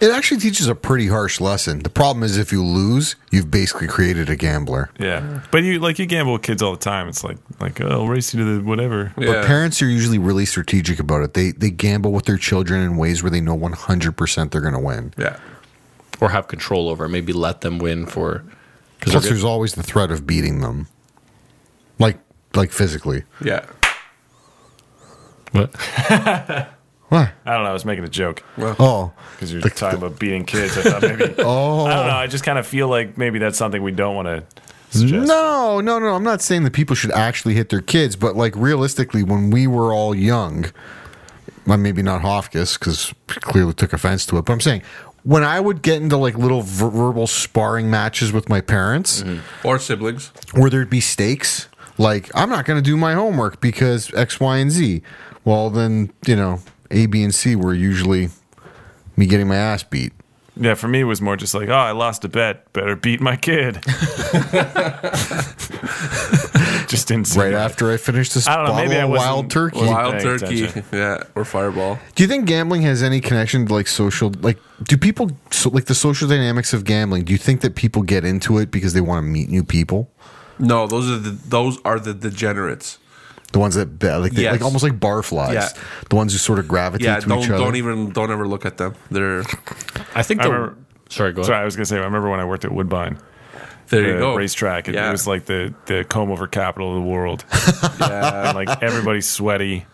Speaker 1: It actually teaches a pretty harsh lesson. The problem is if you lose, you've basically created a gambler.
Speaker 5: Yeah, but you like you gamble with kids all the time. It's like like oh, I'll race you to the whatever.
Speaker 1: But parents are usually really strategic about it. They they gamble with their children in ways where they know 100% they're going to win.
Speaker 3: Yeah.
Speaker 4: or have control over. Maybe let them win for because
Speaker 1: Plus, there's always the threat of beating them, like like physically.
Speaker 3: Yeah.
Speaker 4: what?
Speaker 1: What?
Speaker 5: I don't know. I was making a joke
Speaker 1: Oh,
Speaker 5: because you're talking about beating kids. I thought maybe.
Speaker 1: oh.
Speaker 5: I don't know. I just kind of feel like maybe that's something we don't want to. suggest.
Speaker 1: No, no, no. I'm not saying that people should actually hit their kids, but like realistically, when we were all young, well, maybe not Hofkus because clearly took offense to it, but I'm saying when I would get into like little ver- verbal sparring matches with my parents
Speaker 5: Mm-hmm.
Speaker 3: Or siblings.
Speaker 1: where there'd be stakes, like I'm not going to do my homework because X, Y, and Z. Well, then, you know, A, B, and C were usually me getting my ass beat.
Speaker 5: Yeah, for me it was more just like oh, I lost a bet. Better beat my kid. just didn't see
Speaker 1: Right
Speaker 5: that.
Speaker 1: after I finished this
Speaker 5: I don't know,
Speaker 1: bottle
Speaker 5: maybe I
Speaker 1: of wild
Speaker 5: wasn't-
Speaker 1: turkey.
Speaker 5: Keep
Speaker 3: Wild
Speaker 5: paying
Speaker 3: turkey.
Speaker 5: attention.
Speaker 3: Yeah. Or fireball.
Speaker 1: Do you think gambling has any connection to like social? Like, do people so, like the social dynamics of gambling? Do you think that people get into it because they want to meet new people?
Speaker 3: No, those are the those are the degenerates.
Speaker 1: The ones that bet, like, they,
Speaker 3: Yes.
Speaker 1: like almost like barflies.
Speaker 3: Yeah.
Speaker 1: The ones who sort of gravitate
Speaker 3: Yeah,
Speaker 1: to
Speaker 3: don't
Speaker 1: each other.
Speaker 3: don't even don't ever look at them. They're
Speaker 4: I think the
Speaker 5: remember-
Speaker 4: sorry, go ahead.
Speaker 5: Sorry, I was gonna say. I remember when I worked at Woodbine.
Speaker 3: there
Speaker 5: the
Speaker 3: you go.
Speaker 5: racetrack. It,
Speaker 3: yeah.
Speaker 5: it was like the the comb over capital of the world.
Speaker 3: Yeah.
Speaker 5: and like everybody's sweaty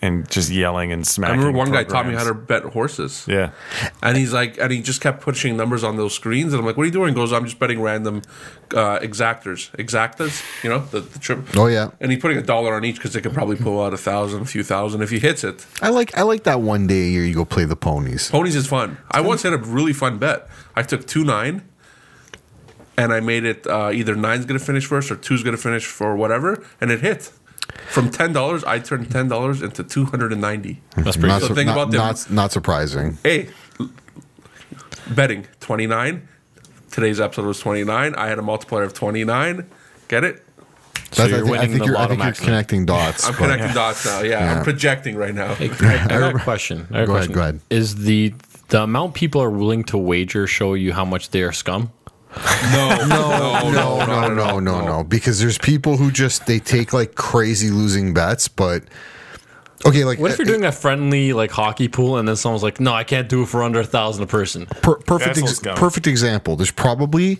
Speaker 5: and just yelling and
Speaker 3: I
Speaker 5: smacking.
Speaker 3: remember one guy
Speaker 5: programs.
Speaker 3: taught me how to bet horses.
Speaker 5: Yeah,
Speaker 3: And he's like, and he just kept pushing numbers on those screens. And I'm like, what are you doing? He goes, I'm just betting random uh, exactors. Exactas, you know, the, the trip.
Speaker 1: Oh, yeah.
Speaker 3: And he's putting a dollar on each because they could probably pull out a thousand, a few thousand if he hits it.
Speaker 1: I like I like that one day a year you go play the ponies.
Speaker 3: Ponies is fun. I once had a really fun bet. I took two nine, and I made it uh, either nine's going to finish first or two's going to finish for whatever, and it hit. From ten dollars, I turned ten dollars into two hundred and ninety.
Speaker 4: That's pretty
Speaker 1: not,
Speaker 4: good.
Speaker 3: The thing
Speaker 1: not,
Speaker 3: about them-
Speaker 1: not, not surprising.
Speaker 3: Hey, betting 29. Today's episode was 29. I had a multiplier of 29. Get it?
Speaker 4: you're
Speaker 1: That's- I think, I
Speaker 4: winning
Speaker 1: think
Speaker 4: the
Speaker 1: you're, I
Speaker 4: lotto
Speaker 1: think you're
Speaker 4: maximum.
Speaker 1: connecting dots.
Speaker 3: I'm
Speaker 1: but-
Speaker 3: connecting dots now. Yeah,
Speaker 1: Yeah.
Speaker 3: I'm projecting right now.
Speaker 4: I, I got a question. I got a
Speaker 1: Go
Speaker 4: question.
Speaker 1: ahead, go ahead.
Speaker 4: Is the the amount people are willing to wager show you how much they are scum?
Speaker 3: No,
Speaker 1: no, no, no, no, no, no. Because there's people who just they take like crazy losing bets, but okay, like
Speaker 4: What if you're
Speaker 1: uh,
Speaker 4: doing a friendly like hockey pool and then someone's like, "No, I can't do it for under a thousand a person."
Speaker 1: per- perfect
Speaker 5: That's
Speaker 1: ex-
Speaker 5: what's going.
Speaker 1: perfect example. There's probably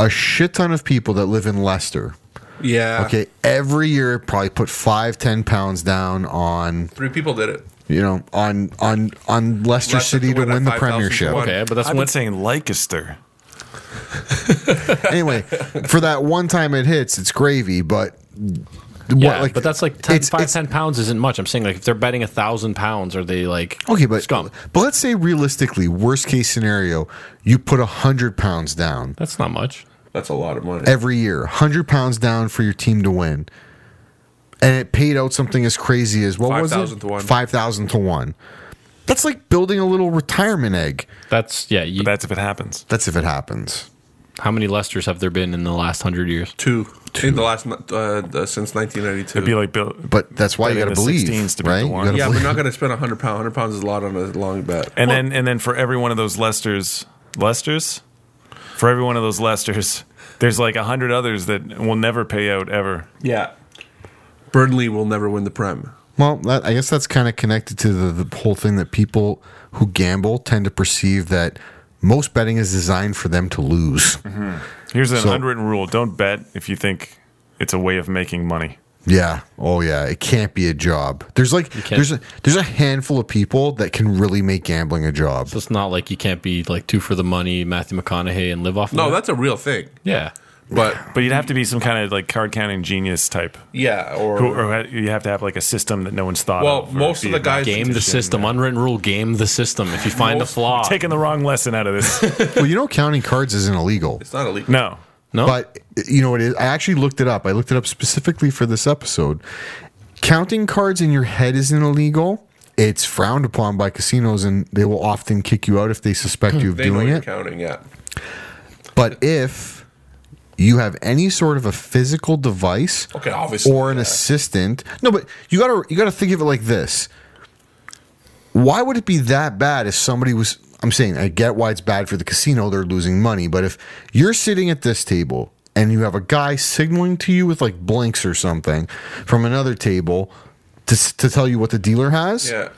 Speaker 1: a shit ton of people that live in Leicester
Speaker 3: Yeah.
Speaker 1: Okay, every year probably put five, ten pounds down on
Speaker 3: Three people did it.
Speaker 1: you know on on on Leicester
Speaker 3: Leicester
Speaker 1: City to
Speaker 3: to win at
Speaker 1: win the
Speaker 3: 5,000 to
Speaker 1: Premiership.
Speaker 3: one.
Speaker 4: Okay, but that's
Speaker 5: I've
Speaker 4: one.
Speaker 5: been saying Leicester.
Speaker 1: anyway, for that one time it hits, it's gravy. But what,
Speaker 4: yeah,
Speaker 1: like-
Speaker 4: but that's like 10,
Speaker 1: it's-
Speaker 4: five,
Speaker 1: it's-
Speaker 4: 10 pounds isn't much. I'm saying like if they're betting a thousand pounds, are they like
Speaker 1: Okay, but
Speaker 4: scum?
Speaker 1: but let's say realistically, worst case scenario, you put hundred pounds down
Speaker 4: That's not much.
Speaker 3: That's a lot of money.
Speaker 1: every year, hundred pounds down for your team to win, and it paid out something as crazy as what was
Speaker 3: 5,000
Speaker 1: it?
Speaker 3: to one.
Speaker 1: Five thousand to one. That's like building a little retirement egg.
Speaker 4: That's yeah. You,
Speaker 5: That's if it happens.
Speaker 1: That's if it happens.
Speaker 4: how many Lesters have there been in the last hundred years?
Speaker 3: two. In the last uh, uh, since 1992.
Speaker 5: It'd be like Bill.
Speaker 1: But that's why you got
Speaker 5: Betting
Speaker 1: to
Speaker 5: the
Speaker 1: believe,
Speaker 5: 16s to beat
Speaker 1: right?
Speaker 5: the
Speaker 1: You
Speaker 5: one.
Speaker 1: gotta
Speaker 3: yeah,
Speaker 1: believe.
Speaker 3: we're not going to spend 100 pounds. 100 pounds is a lot on a long bet.
Speaker 5: and then and then for every one of those Lesters, Lesters, for every one of those Lesters, there's like a hundred others that will never pay out ever.
Speaker 3: yeah. Burnley will never win the Prem.
Speaker 1: Well, that, I guess that's kind of connected to the, the whole thing that people who gamble tend to perceive that most betting is designed for them to lose.
Speaker 5: Here's an
Speaker 1: So-
Speaker 5: unwritten rule: don't bet if you think it's a way of making money.
Speaker 1: Yeah. Oh, yeah. It can't be a job. There's like
Speaker 4: can't-
Speaker 1: there's a, there's a handful of people that can really make gambling a job.
Speaker 4: So it's not like you can't be like two for the money, Matthew McConaughey, and live off.
Speaker 3: No,
Speaker 4: of
Speaker 3: that's a real thing.
Speaker 4: it. yeah.
Speaker 3: But
Speaker 5: But you'd have to be some kind of like card counting genius type,
Speaker 3: yeah, or,
Speaker 5: Who- or ha- you have to have like a system that no one's thought
Speaker 3: well,
Speaker 5: of. or
Speaker 3: most
Speaker 5: be
Speaker 3: of the
Speaker 5: a-
Speaker 3: guys
Speaker 4: Game the system. Unwritten rule. Game the system. If you find a
Speaker 3: Most-
Speaker 4: flaw,
Speaker 5: taking the wrong lesson out of this.
Speaker 1: well, you know, counting cards isn't illegal.
Speaker 3: It's not illegal.
Speaker 5: no,
Speaker 4: no.
Speaker 1: But you know what it is? I actually looked it up. I looked it up specifically for this episode. Counting cards in your head isn't illegal. It's frowned upon by casinos, and they will often kick you out if they suspect you of
Speaker 3: Hmm. They know
Speaker 1: doing
Speaker 3: you're
Speaker 1: it.
Speaker 3: counting. Yeah.
Speaker 1: But if you have any sort of a physical device
Speaker 3: Okay, obviously.
Speaker 1: or an
Speaker 3: yeah.
Speaker 1: assistant, no, but you gotta you gotta think of it like this. Why would it be that bad if somebody was? I'm saying I get why it's bad for the casino; they're losing money. But if you're sitting at this table and you have a guy signaling to you with like blinks or something from another table to s- to tell you what the dealer has,
Speaker 3: Yeah.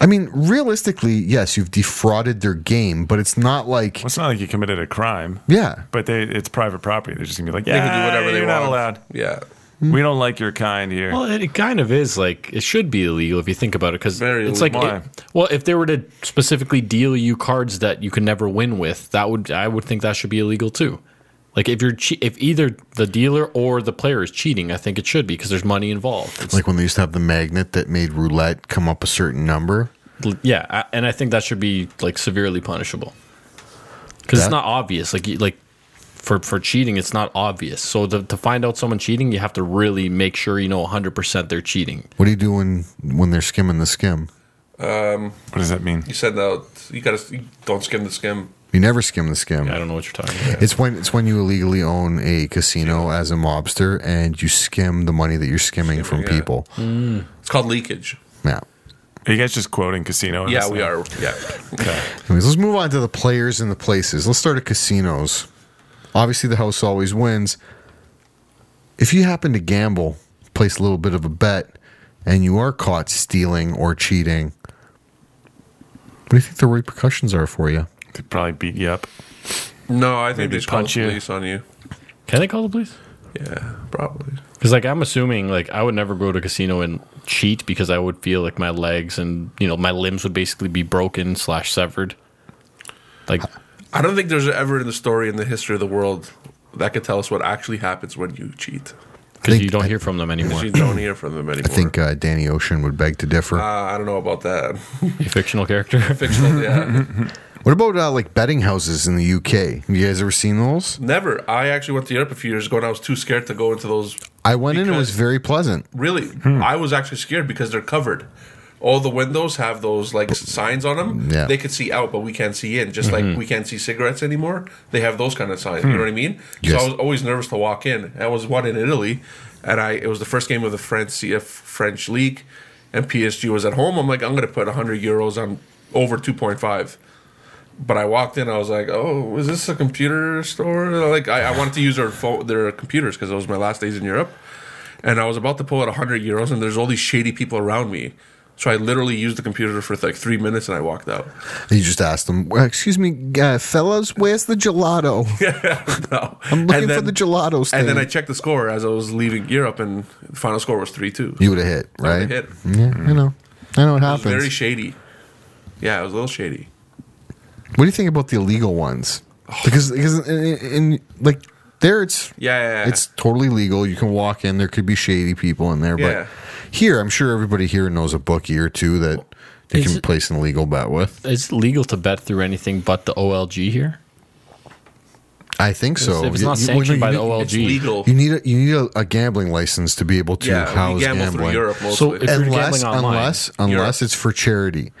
Speaker 1: I mean, realistically, yes, you've defrauded their game, but it's not like
Speaker 5: well, it's not like you committed a crime.
Speaker 1: yeah.
Speaker 5: But they, it's private property. They're just gonna be like, yeah,
Speaker 3: They can do whatever they
Speaker 5: you're
Speaker 3: want.
Speaker 5: not allowed.
Speaker 3: Yeah.
Speaker 5: We don't like your kind here.
Speaker 4: Well, it, it kind of is like it should be illegal if you think about it because
Speaker 3: Very
Speaker 4: it's like
Speaker 3: illegal.
Speaker 5: Why?
Speaker 4: it- well, if they were to specifically deal you cards that you can never win with, that would I would think that should be illegal too. Like if you're che- if either the dealer or the player is cheating, I think it should be because there's money involved. It's-
Speaker 1: Like when they used to have the magnet that made roulette come up a certain number.
Speaker 4: yeah, I, and I think that should be like severely punishable because it's
Speaker 1: That-
Speaker 4: not obvious. Like you, like for for cheating, it's not obvious. So to, to find out someone cheating, you have to really make sure you know 100 percent they're cheating.
Speaker 1: What do you do when, when they're skimming the skim?
Speaker 5: what does that mean?
Speaker 3: You send out. You gotta. You don't skim the skim.
Speaker 1: You never skim the skim.
Speaker 4: I don't know what you're talking about.
Speaker 1: It's when it's when you illegally own a casino as a mobster and you skim the money that you're skimming from
Speaker 3: yeah.
Speaker 1: people.
Speaker 4: Mm.
Speaker 3: It's called leakage.
Speaker 1: Yeah.
Speaker 5: Are you guys just quoting casino?
Speaker 3: Yeah,
Speaker 5: That's
Speaker 3: we
Speaker 5: not-
Speaker 3: are. Yeah.
Speaker 1: Anyways, let's move on to the players and the places. Let's start at casinos. Obviously, the house always wins. If you happen to gamble, place a little bit of a bet, and you are caught stealing or cheating, what do you think the repercussions are for you?
Speaker 5: They probably beat you up.
Speaker 3: No, I think
Speaker 5: Maybe
Speaker 3: they should call the
Speaker 5: punch you.
Speaker 3: police on you.
Speaker 4: Can they call the police?
Speaker 3: Yeah, probably.
Speaker 4: Because like I'm assuming like I would never go to a casino and cheat because I would feel like my legs and you know my limbs would basically be broken slash severed. Like
Speaker 3: I don't think there's ever in the story in the history of the world that could tell us what actually happens when you cheat.
Speaker 4: because
Speaker 1: think-
Speaker 4: you don't hear from them anymore.
Speaker 3: You don't hear from them anymore.
Speaker 1: I think uh, Danny Ocean would beg to differ.
Speaker 3: Uh, I don't know about that.
Speaker 4: Your fictional character.
Speaker 3: Fictional, yeah.
Speaker 1: what about uh, like betting houses in the UK? Have you guys ever seen those?
Speaker 3: Never. I actually went to Europe a few years ago and I was too scared to go into those.
Speaker 1: I went in; it was
Speaker 3: Because-
Speaker 1: very pleasant.
Speaker 3: Really,
Speaker 5: Hmm.
Speaker 3: I was actually scared because they're covered. All the windows have those like signs on them.
Speaker 1: Yeah.
Speaker 3: They could see out, but we can't see in. Just like we can't see cigarettes anymore, they have those kind of signs. You know what I mean?
Speaker 1: Yes.
Speaker 3: So I was always nervous to walk in. I was one in Italy, and I it was the first game of the French CF French league, and PSG was at home. I'm like, I'm going to put 100 euros on over 2.5. But I walked in, I was like, "Oh, is this a computer store?" Like, I, I wanted to use their phone, their computers because it was my last days in Europe and I was about to pull out 100 euros, and there's all these shady people around me. So I literally used the computer for like three minutes and I walked out.
Speaker 1: You just asked them, "Well, excuse me, uh, fellas, where's the gelato?
Speaker 3: No.
Speaker 1: I'm looking for the gelato
Speaker 3: And then
Speaker 1: stand.
Speaker 3: I checked the score as I was leaving Europe, and the final score was three two.
Speaker 1: You would have hit, right?
Speaker 3: hit. Mm-hmm.
Speaker 1: Yeah, I know. I know what happens.
Speaker 3: Very shady. Yeah, it was a little shady.
Speaker 1: What do you think about the illegal ones? Because because in, in, in- like there it's
Speaker 3: Yeah, yeah, yeah.
Speaker 1: it's totally legal. You can walk in. There could be shady people in there,
Speaker 3: Yeah.
Speaker 1: but here I'm sure everybody here knows a bookie or two that they
Speaker 4: Is
Speaker 1: can
Speaker 4: it-
Speaker 1: place an illegal bet with.
Speaker 4: It's legal to bet through anything but the OLG here.
Speaker 1: I think so.
Speaker 4: if it's
Speaker 1: You-
Speaker 4: not
Speaker 1: you- well, no,
Speaker 4: sanctioned
Speaker 1: you
Speaker 4: by the
Speaker 1: need-
Speaker 3: It's
Speaker 4: OLG,
Speaker 3: legal.
Speaker 1: You need a, you need a, a gambling license to be able to
Speaker 3: yeah,
Speaker 1: house
Speaker 3: we gamble
Speaker 1: gambling.
Speaker 3: through Europe mostly.
Speaker 4: So if- you're
Speaker 1: unless
Speaker 4: gambling online,
Speaker 1: unless
Speaker 3: you're-
Speaker 1: unless it's for charity.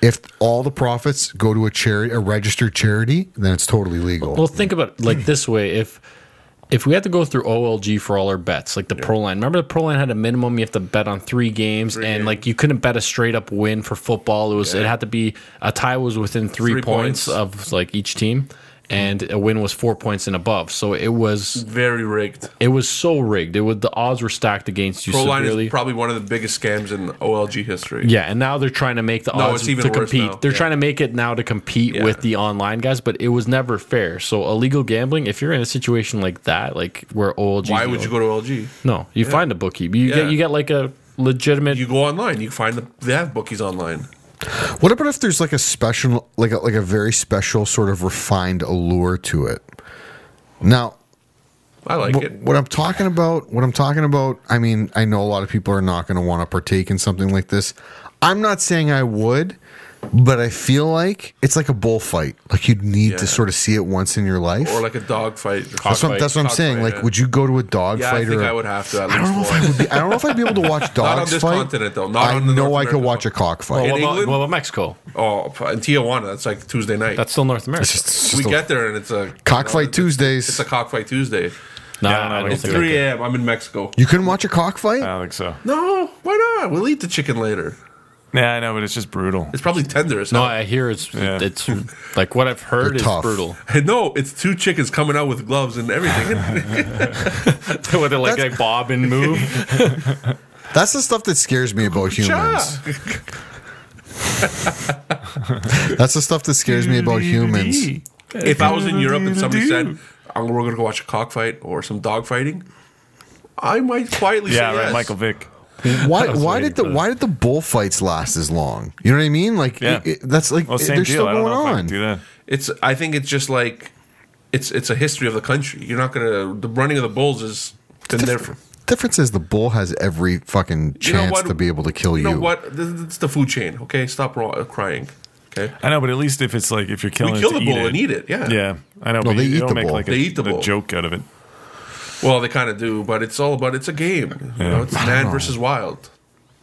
Speaker 1: If all the profits go to a charity, a registered charity, then it's totally legal.
Speaker 4: Well, think about it like this way: if if we had to go through OLG for all our bets, like the Pro Line, remember the Pro Line had a minimum you have to bet on three games, and
Speaker 3: games.
Speaker 4: like you couldn't bet a straight up win for football. It was it had to be a tie was within three,
Speaker 3: Three
Speaker 4: points,
Speaker 3: points.
Speaker 4: of like each team, and a win was four points and above. So it was
Speaker 3: very rigged.
Speaker 4: it was so rigged. It was the odds were stacked against you
Speaker 3: Pro line
Speaker 4: severely.
Speaker 3: is probably one of the biggest scams in OLG history.
Speaker 4: yeah, and now they're trying to make the odds
Speaker 3: it's even
Speaker 4: to
Speaker 3: worse
Speaker 4: compete.
Speaker 3: now.
Speaker 4: They're
Speaker 3: Yeah.
Speaker 4: trying to make it now to compete
Speaker 3: Yeah.
Speaker 4: with the online guys, but it was never fair. So illegal gambling, if you're in a situation like that, like where OLG,
Speaker 3: Why would you go to OLG?
Speaker 4: No, you find a bookie. You
Speaker 3: Yeah.
Speaker 4: get you get like a legitimate.
Speaker 3: You go online. You find the they have bookies online.
Speaker 1: What about if there's like a special, like a, like a very special sort of refined allure to it? Now,
Speaker 3: I like
Speaker 1: wh-
Speaker 3: it.
Speaker 1: what I'm talking about, what I'm talking about, I mean, I know a lot of people are not going to want to partake in something like this. I'm not saying I would, but I feel like it's like a bullfight. Like you'd need to
Speaker 3: Yeah.
Speaker 1: sort of see it once in your life.
Speaker 3: Or like a dog fight.
Speaker 1: that's what, that's what I'm
Speaker 3: Cockfight,
Speaker 1: saying. Like,
Speaker 3: yeah.
Speaker 1: would you go to a dog
Speaker 3: yeah, I
Speaker 1: fight?
Speaker 3: think
Speaker 1: or
Speaker 3: I would have to. At least
Speaker 1: I don't know if I
Speaker 3: once.
Speaker 1: would be. I don't know if I'd be able to watch dogs
Speaker 3: on this
Speaker 1: fight.
Speaker 3: continent, though. Not
Speaker 1: I
Speaker 3: on the
Speaker 1: know
Speaker 3: North
Speaker 1: I could
Speaker 3: American
Speaker 1: watch a
Speaker 3: one.
Speaker 1: cockfight.
Speaker 4: Well, what
Speaker 3: in
Speaker 4: about,
Speaker 3: England?
Speaker 4: what about Mexico?
Speaker 3: Oh, in Tijuana, that's like Tuesday night.
Speaker 4: That's still North America.
Speaker 1: It's just- it's
Speaker 3: we
Speaker 1: just a-
Speaker 3: get there and it's a
Speaker 1: Cockfight
Speaker 3: it's-
Speaker 1: Tuesdays.
Speaker 3: It's a cockfight Tuesday.
Speaker 4: no,
Speaker 5: Yeah, I don't
Speaker 4: I
Speaker 5: know.
Speaker 4: don't
Speaker 5: It's
Speaker 4: think. I
Speaker 3: Three
Speaker 4: could.
Speaker 3: a.m. I'm in Mexico.
Speaker 1: you couldn't watch a cockfight.
Speaker 5: I don't think so.
Speaker 3: No, why not? We'll eat the chicken later.
Speaker 5: Yeah, I know, but it's just brutal.
Speaker 3: It's probably tender. as
Speaker 4: No,
Speaker 3: hell.
Speaker 4: I hear it's
Speaker 5: Yeah.
Speaker 4: it's like what I've heard
Speaker 1: They're
Speaker 4: is
Speaker 1: tough.
Speaker 4: brutal.
Speaker 3: no, it's two chickens coming out with gloves and everything.
Speaker 4: Whether like they bob and move.
Speaker 1: That's the stuff that scares me about humans.
Speaker 3: Cha.
Speaker 1: That's the stuff that scares me about humans.
Speaker 3: if I was in Europe and somebody said, "I'm we're gonna go watch a cockfight or some dog fighting," I might quietly
Speaker 5: Yeah,
Speaker 3: say
Speaker 5: right,
Speaker 3: yes.
Speaker 5: Michael Vick.
Speaker 1: Why?
Speaker 4: was
Speaker 1: Why
Speaker 4: waiting
Speaker 1: did the
Speaker 4: for that.
Speaker 1: Why did the bullfights last as long? You know what I mean? Like
Speaker 5: Yeah.
Speaker 1: it- that's like
Speaker 5: Well,
Speaker 1: it-
Speaker 5: same
Speaker 1: they're
Speaker 5: deal.
Speaker 1: still
Speaker 5: I don't
Speaker 1: going
Speaker 5: know if I
Speaker 1: on.
Speaker 5: could do that.
Speaker 3: It's. I think it's just like it's. It's a history of the country. You're not gonna. The running of the bulls is been there for.
Speaker 1: Difference is the bull has every fucking
Speaker 3: You know
Speaker 1: chance
Speaker 3: what?
Speaker 1: to be able to kill you.
Speaker 3: You know what? Th- th- It's the food chain. Okay, stop ro- uh, crying. Okay,
Speaker 5: I know, but at least if it's like if you're killing,
Speaker 3: we
Speaker 5: it
Speaker 3: kill
Speaker 5: to
Speaker 3: the bull and eat it. Yeah.
Speaker 5: Yeah, I know.
Speaker 1: No,
Speaker 5: but
Speaker 1: they
Speaker 5: you
Speaker 1: eat
Speaker 5: don't
Speaker 1: the
Speaker 5: make
Speaker 1: bull.
Speaker 5: like a,
Speaker 3: They eat the
Speaker 5: a
Speaker 3: bull.
Speaker 5: joke out of it.
Speaker 3: Well, they kind of do, but it's all about it's a game. You know, it's man versus wild.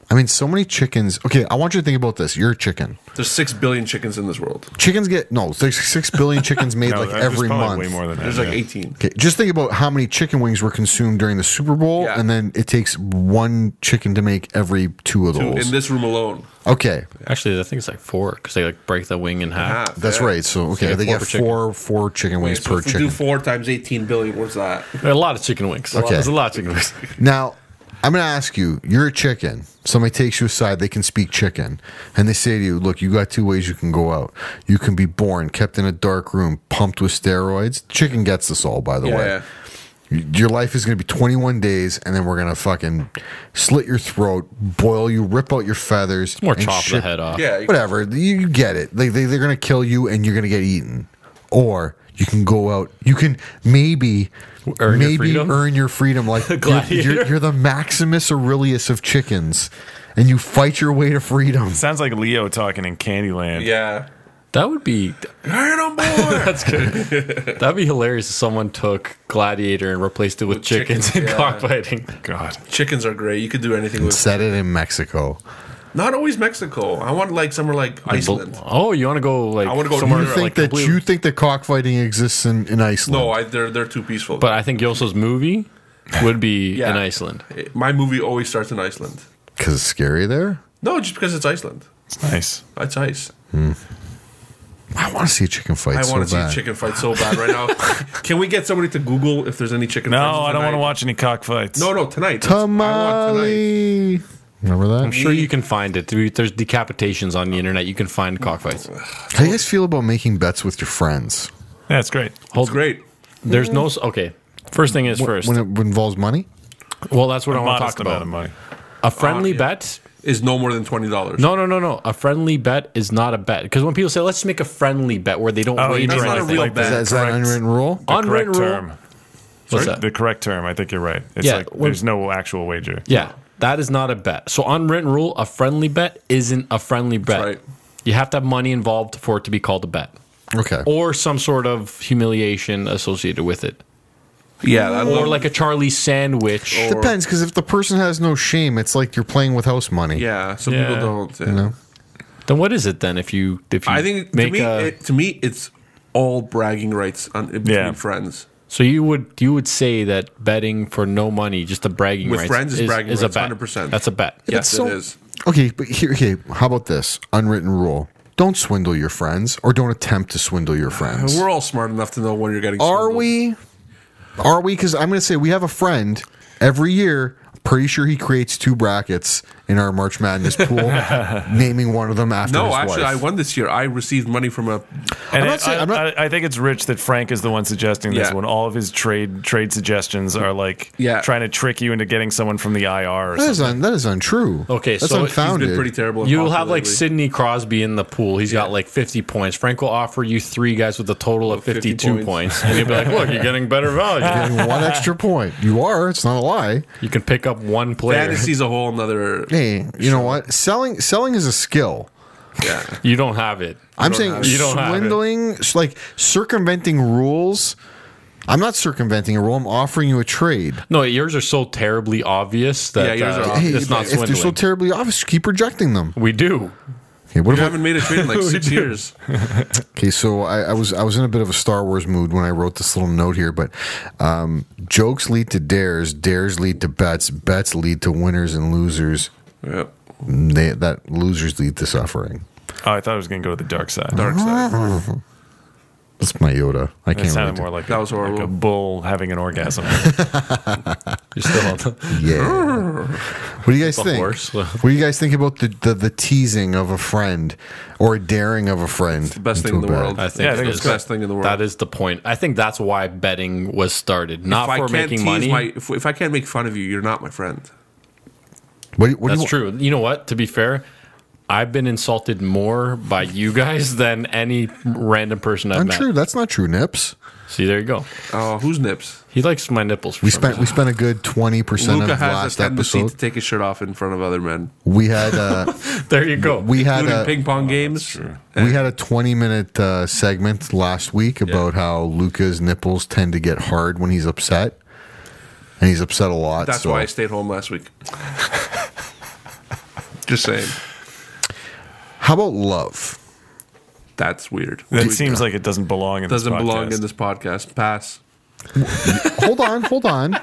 Speaker 1: I mean, so many chickens. Okay, I want you to think about this. You're a chicken.
Speaker 3: There's six billion chickens in this world.
Speaker 1: Chickens get no six, six billion chickens made
Speaker 5: No,
Speaker 1: like
Speaker 5: that- there's
Speaker 1: every
Speaker 5: probably
Speaker 1: month.
Speaker 5: way more than that.
Speaker 3: There's like
Speaker 5: yeah.
Speaker 3: 18.
Speaker 1: Okay, just think about how many chicken wings were consumed during the Super Bowl,
Speaker 3: Yeah.
Speaker 1: and then it takes one chicken to make every two of
Speaker 3: Two
Speaker 1: those.
Speaker 3: in this room alone.
Speaker 1: okay,
Speaker 4: Actually, I think it's like four because they like break the wing in half.
Speaker 3: Half,
Speaker 1: That's
Speaker 3: Ah, yeah.
Speaker 1: right. So okay,
Speaker 4: you
Speaker 1: they
Speaker 4: get
Speaker 1: get
Speaker 4: four
Speaker 1: four four chicken wings
Speaker 3: Okay, so
Speaker 1: per
Speaker 3: if we do
Speaker 1: chicken.
Speaker 3: four times 18 billion, what's that?
Speaker 4: There are a lot of chicken wings.
Speaker 1: Okay.
Speaker 4: There's a lot of chicken wings.
Speaker 1: Now, I'm going to ask you. You're a chicken. Somebody takes you aside. They can speak chicken, and they say to you, "Look, you got two ways you can go out. You can be born kept in a dark room, pumped with steroids. Chicken gets this all, by the
Speaker 3: Yeah,
Speaker 1: way.
Speaker 3: yeah.
Speaker 1: Y- Your life is going to be 21 days, and then we're going to fucking slit your throat, boil you, rip out your feathers. It's
Speaker 4: More chop the head off.
Speaker 3: Yeah,
Speaker 1: whatever you, you get it they, they, they're gonna kill you and you're gonna get eaten or you can go out you can maybe
Speaker 4: Earn your
Speaker 1: maybe
Speaker 4: freedom?
Speaker 1: earn your freedom like you're,
Speaker 4: Gladiator.
Speaker 1: you're, you're the maximus aurelius of chickens and you fight your way to freedom
Speaker 5: Sounds like Leo talking in Candyland.
Speaker 3: Yeah.
Speaker 4: That would be
Speaker 3: Iron on board.
Speaker 4: that's good. That'd be hilarious if someone took gladiator and replaced it with, chickens, and
Speaker 3: chickens, yeah.
Speaker 4: cockfighting.
Speaker 5: God,
Speaker 3: Chickens are great. You could do anything with.
Speaker 1: said it in mexico
Speaker 3: Not always Mexico. I want like somewhere like Iceland.
Speaker 4: Oh, you want to go like
Speaker 3: I wanna go to
Speaker 4: somewhere
Speaker 1: you
Speaker 3: Or,
Speaker 1: think
Speaker 4: like
Speaker 1: that
Speaker 4: completely-
Speaker 1: you think that cockfighting exists in, in iceland
Speaker 3: No, I, they're they're too peaceful.
Speaker 4: But I think Yosso's movie would be
Speaker 3: Yeah.
Speaker 4: in Iceland.
Speaker 3: my movie always starts in Iceland.
Speaker 1: because it's scary there
Speaker 3: No, just because it's Iceland.
Speaker 5: it's nice.
Speaker 3: It's ice.
Speaker 1: i want to see a chicken fight
Speaker 3: I
Speaker 1: so
Speaker 3: want to see
Speaker 1: bad.
Speaker 3: a chicken fight so bad right now. Can we get somebody to Google if there's any chicken?
Speaker 5: No,
Speaker 3: fights
Speaker 5: I don't want to
Speaker 3: tonight?
Speaker 5: watch any cockfights.
Speaker 3: No, no, tonight. That's- I want tonight.
Speaker 1: tamale Remember that?
Speaker 4: I'm sure you can find it. There- There's decapitations on the internet. You can find cockfights.
Speaker 1: How do you guys feel about making bets with your friends
Speaker 5: That's great.
Speaker 3: It's great.
Speaker 4: There's no s- okay. First thing is first.
Speaker 1: when it involves money?
Speaker 4: well, that's what I want to
Speaker 5: Modest
Speaker 4: talk about.
Speaker 5: amount of money.
Speaker 4: A friendly
Speaker 3: Oh, yeah.
Speaker 4: bet
Speaker 3: Is no more than twenty dollars.
Speaker 4: No, no, no, no. A friendly bet is not a bet. Because when people say, let's make a friendly bet where they don't
Speaker 5: Oh,
Speaker 4: wager
Speaker 5: you're
Speaker 3: not a
Speaker 4: anything.
Speaker 3: real
Speaker 5: Like
Speaker 3: bet.
Speaker 1: Is that, is that an
Speaker 5: correct.
Speaker 1: unwritten rule?
Speaker 5: The
Speaker 4: Unwritten
Speaker 5: correct
Speaker 4: rule-
Speaker 5: term.
Speaker 4: What's
Speaker 5: The
Speaker 4: that?
Speaker 5: correct term. I think you're right. It's
Speaker 4: Yeah,
Speaker 5: like
Speaker 4: when-
Speaker 5: there's no actual wager.
Speaker 4: Yeah, that is not a bet. So, unwritten rule, a friendly bet isn't a friendly bet.
Speaker 3: right.
Speaker 4: You have to have money involved for it to be called a bet
Speaker 1: Okay.
Speaker 4: or some sort of humiliation associated with it.
Speaker 3: Yeah, I
Speaker 4: Or
Speaker 3: love
Speaker 4: like a Charlie sandwich.
Speaker 3: Or-
Speaker 1: Depends, because if the person has no shame, it's like you're playing with house money.
Speaker 3: Yeah, some
Speaker 4: Yeah.
Speaker 3: people don't. yeah.
Speaker 4: Then what is it then if you if you
Speaker 3: I think to
Speaker 4: make
Speaker 3: me,
Speaker 4: a
Speaker 3: it, to me, it's all bragging rights on, between
Speaker 5: Yeah.
Speaker 3: friends.
Speaker 4: so you would you would say that betting for no money just a bragging
Speaker 3: With
Speaker 4: rights
Speaker 3: friends is bragging
Speaker 4: a
Speaker 3: rights,
Speaker 4: bet.
Speaker 3: 100%.
Speaker 4: That's a bet.
Speaker 3: Yes,
Speaker 1: so-
Speaker 3: it is.
Speaker 1: Okay, but here, okay. How about this unwritten rule? Don't swindle your friends, or don't attempt to swindle your friends.
Speaker 3: We're all smart enough to know when you're getting.
Speaker 1: Are
Speaker 3: swindled.
Speaker 1: we? Are we? Because I'm going to say we have a friend every year. Pretty sure he creates two brackets in our March Madness pool, naming one of them after
Speaker 3: No,
Speaker 1: his
Speaker 3: actually,
Speaker 1: wife.
Speaker 3: I won this year. I received money from a.
Speaker 5: And
Speaker 1: I'm
Speaker 5: i
Speaker 1: not saying-
Speaker 5: I,
Speaker 1: I'm not-
Speaker 5: I- I think it's rich that Frank is the one suggesting this
Speaker 3: Yeah.
Speaker 5: one. All of his trade trade suggestions are like
Speaker 3: Yeah.
Speaker 5: trying to trick you into getting someone from the IR or
Speaker 1: That
Speaker 5: something.
Speaker 1: is un, that is untrue.
Speaker 4: Okay,
Speaker 1: that's
Speaker 4: so he's been
Speaker 3: He's
Speaker 1: unfounded.
Speaker 3: been pretty terrible. at
Speaker 4: You'll
Speaker 3: hockey
Speaker 4: have like
Speaker 3: lately.
Speaker 4: Sidney Crosby in the pool. He's got like 50 points. Frank will offer you three guys with a total of
Speaker 3: 50
Speaker 4: 52 points.
Speaker 3: points.
Speaker 4: And you'll be like, look, you're getting better value.
Speaker 1: Getting one extra point. You are. It's not a lie.
Speaker 4: you can pick up one player.
Speaker 3: Fantasy's a whole another.
Speaker 1: Hey, you know what? Selling selling is a skill.
Speaker 3: Yeah.
Speaker 4: You don't have it.
Speaker 1: I'm saying
Speaker 4: it. You don't have it.
Speaker 1: swindling, s- like circumventing rules. I'm not circumventing a rule. I'm offering you a trade.
Speaker 4: No, yours are so terribly obvious that
Speaker 3: Yeah, yours
Speaker 4: uh,
Speaker 3: are
Speaker 1: Hey,
Speaker 3: obvious.
Speaker 4: it's not
Speaker 1: if they're
Speaker 4: swindling.
Speaker 1: so terribly obvious, keep rejecting them.
Speaker 4: we do.
Speaker 1: Okay, what
Speaker 3: You
Speaker 1: about,
Speaker 3: haven't made a trade in like six years.
Speaker 1: okay so I, I was I was in a bit of a Star Wars mood when I wrote this little note here, but um, jokes lead to dares, dares lead to bets, bets lead to winners and losers.
Speaker 3: Yep.
Speaker 1: They, that losers lead to suffering.
Speaker 5: Oh, I thought it was going to go to the dark side.
Speaker 3: Dark side.
Speaker 1: That's my Yoda. I
Speaker 5: It
Speaker 1: can't.
Speaker 5: sounded
Speaker 1: Really
Speaker 5: more like,
Speaker 3: That
Speaker 5: a,
Speaker 3: was
Speaker 5: like
Speaker 3: horrible.
Speaker 5: a bull having an orgasm.
Speaker 4: You're still on the,
Speaker 1: do- yeah. What do you guys
Speaker 4: the
Speaker 1: think?
Speaker 4: horse.
Speaker 1: What do you guys think about the, the, the teasing of a friend or daring of a friend? the
Speaker 3: Best thing in the world.
Speaker 4: I think,
Speaker 5: Yeah, I
Speaker 4: it
Speaker 5: think
Speaker 4: is.
Speaker 5: it's
Speaker 3: the best thing in the world.
Speaker 4: That is the point. I think that's why betting was started. Not
Speaker 3: if I
Speaker 4: for
Speaker 3: can't
Speaker 4: making
Speaker 3: tease
Speaker 4: money.
Speaker 3: my, if, if I can't make fun of you, you're not my friend.
Speaker 1: What, do you- what do
Speaker 4: That's
Speaker 1: you,
Speaker 4: true. You know what? To be fair, I've been insulted more by you guys than any random person I've met.
Speaker 1: Untrue. That's not true. Nips.
Speaker 4: See, there you go.
Speaker 3: Oh, who's nips?
Speaker 4: He likes my nipples. For
Speaker 1: We
Speaker 4: some
Speaker 1: spent we
Speaker 4: reason.
Speaker 1: spent a good twenty percent of
Speaker 3: Luca has a
Speaker 1: last
Speaker 3: tendency
Speaker 1: episode.
Speaker 3: to take his shirt off in front of other men,
Speaker 1: We had uh,
Speaker 4: There you go.
Speaker 1: we had
Speaker 3: including
Speaker 1: a
Speaker 3: ping
Speaker 4: Oh,
Speaker 3: pong games.
Speaker 1: we had a twenty minute uh, segment last week about how Luca's nipples tend to get hard when he's upset, and he's upset a lot.
Speaker 3: That's
Speaker 1: so.
Speaker 3: why I stayed home last week. Just saying.
Speaker 1: How about love?
Speaker 3: That's weird.
Speaker 5: That seems like it doesn't belong in
Speaker 3: doesn't
Speaker 5: this
Speaker 3: belong
Speaker 5: podcast.
Speaker 3: in this podcast. Pass.
Speaker 1: hold on, hold on.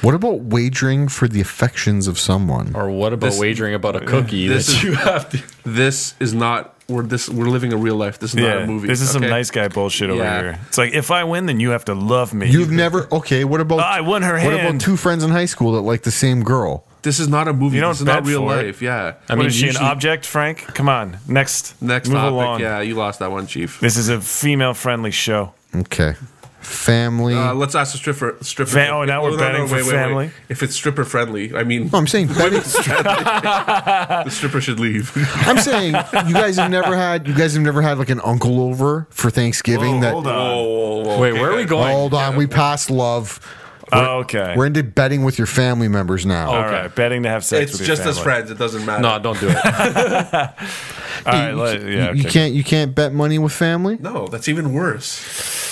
Speaker 1: What about wagering for the affections of someone?
Speaker 4: or what about
Speaker 3: This-
Speaker 4: wagering about a cookie
Speaker 3: this
Speaker 4: that
Speaker 3: is-
Speaker 4: you have to?
Speaker 3: This is not. We're this. We're living a real life. This is not
Speaker 5: Yeah,
Speaker 3: a uh, movie.
Speaker 5: this is some
Speaker 3: okay?
Speaker 5: nice guy bullshit over
Speaker 3: Yeah.
Speaker 5: here. It's like if I win, then you have to love me.
Speaker 1: You've never okay. What about
Speaker 5: I won her
Speaker 1: What about
Speaker 5: hand.
Speaker 1: two friends in high school that like the same girl?
Speaker 3: This is not a movie.
Speaker 5: You don't
Speaker 3: this is not
Speaker 5: bet
Speaker 3: real
Speaker 5: for it.
Speaker 3: life. Yeah.
Speaker 4: I
Speaker 5: What
Speaker 4: mean,
Speaker 5: is she
Speaker 4: usually-
Speaker 5: an object, Frank? Come on, next.
Speaker 3: Next
Speaker 5: move
Speaker 3: topic.
Speaker 5: along.
Speaker 3: Yeah, you lost that one, Chief.
Speaker 5: This is a female-friendly show.
Speaker 1: Okay, family.
Speaker 3: Uh, let's ask the stripper. Stripper.
Speaker 5: Fa- oh, now we're betting for family? Oh,
Speaker 3: If it's stripper friendly, I mean,
Speaker 1: no, I'm saying betting,
Speaker 3: the stripper should leave.
Speaker 1: I'm saying you guys have never had you guys have never had like an uncle over for Thanksgiving that
Speaker 5: Hold on.
Speaker 4: Wait, where are we going?
Speaker 1: Hold on, we passed love. We're,
Speaker 5: Oh, okay.
Speaker 1: We're into betting with your family members now.
Speaker 5: All
Speaker 4: Okay.
Speaker 5: right, betting to have sex.
Speaker 3: It's
Speaker 5: with your
Speaker 3: just as
Speaker 5: family.
Speaker 3: friends. It doesn't matter.
Speaker 4: No, don't do it.
Speaker 5: All right,
Speaker 1: you,
Speaker 5: let- yeah,
Speaker 1: you
Speaker 5: okay.
Speaker 1: can't you can't bet money with family.
Speaker 3: No, that's even worse.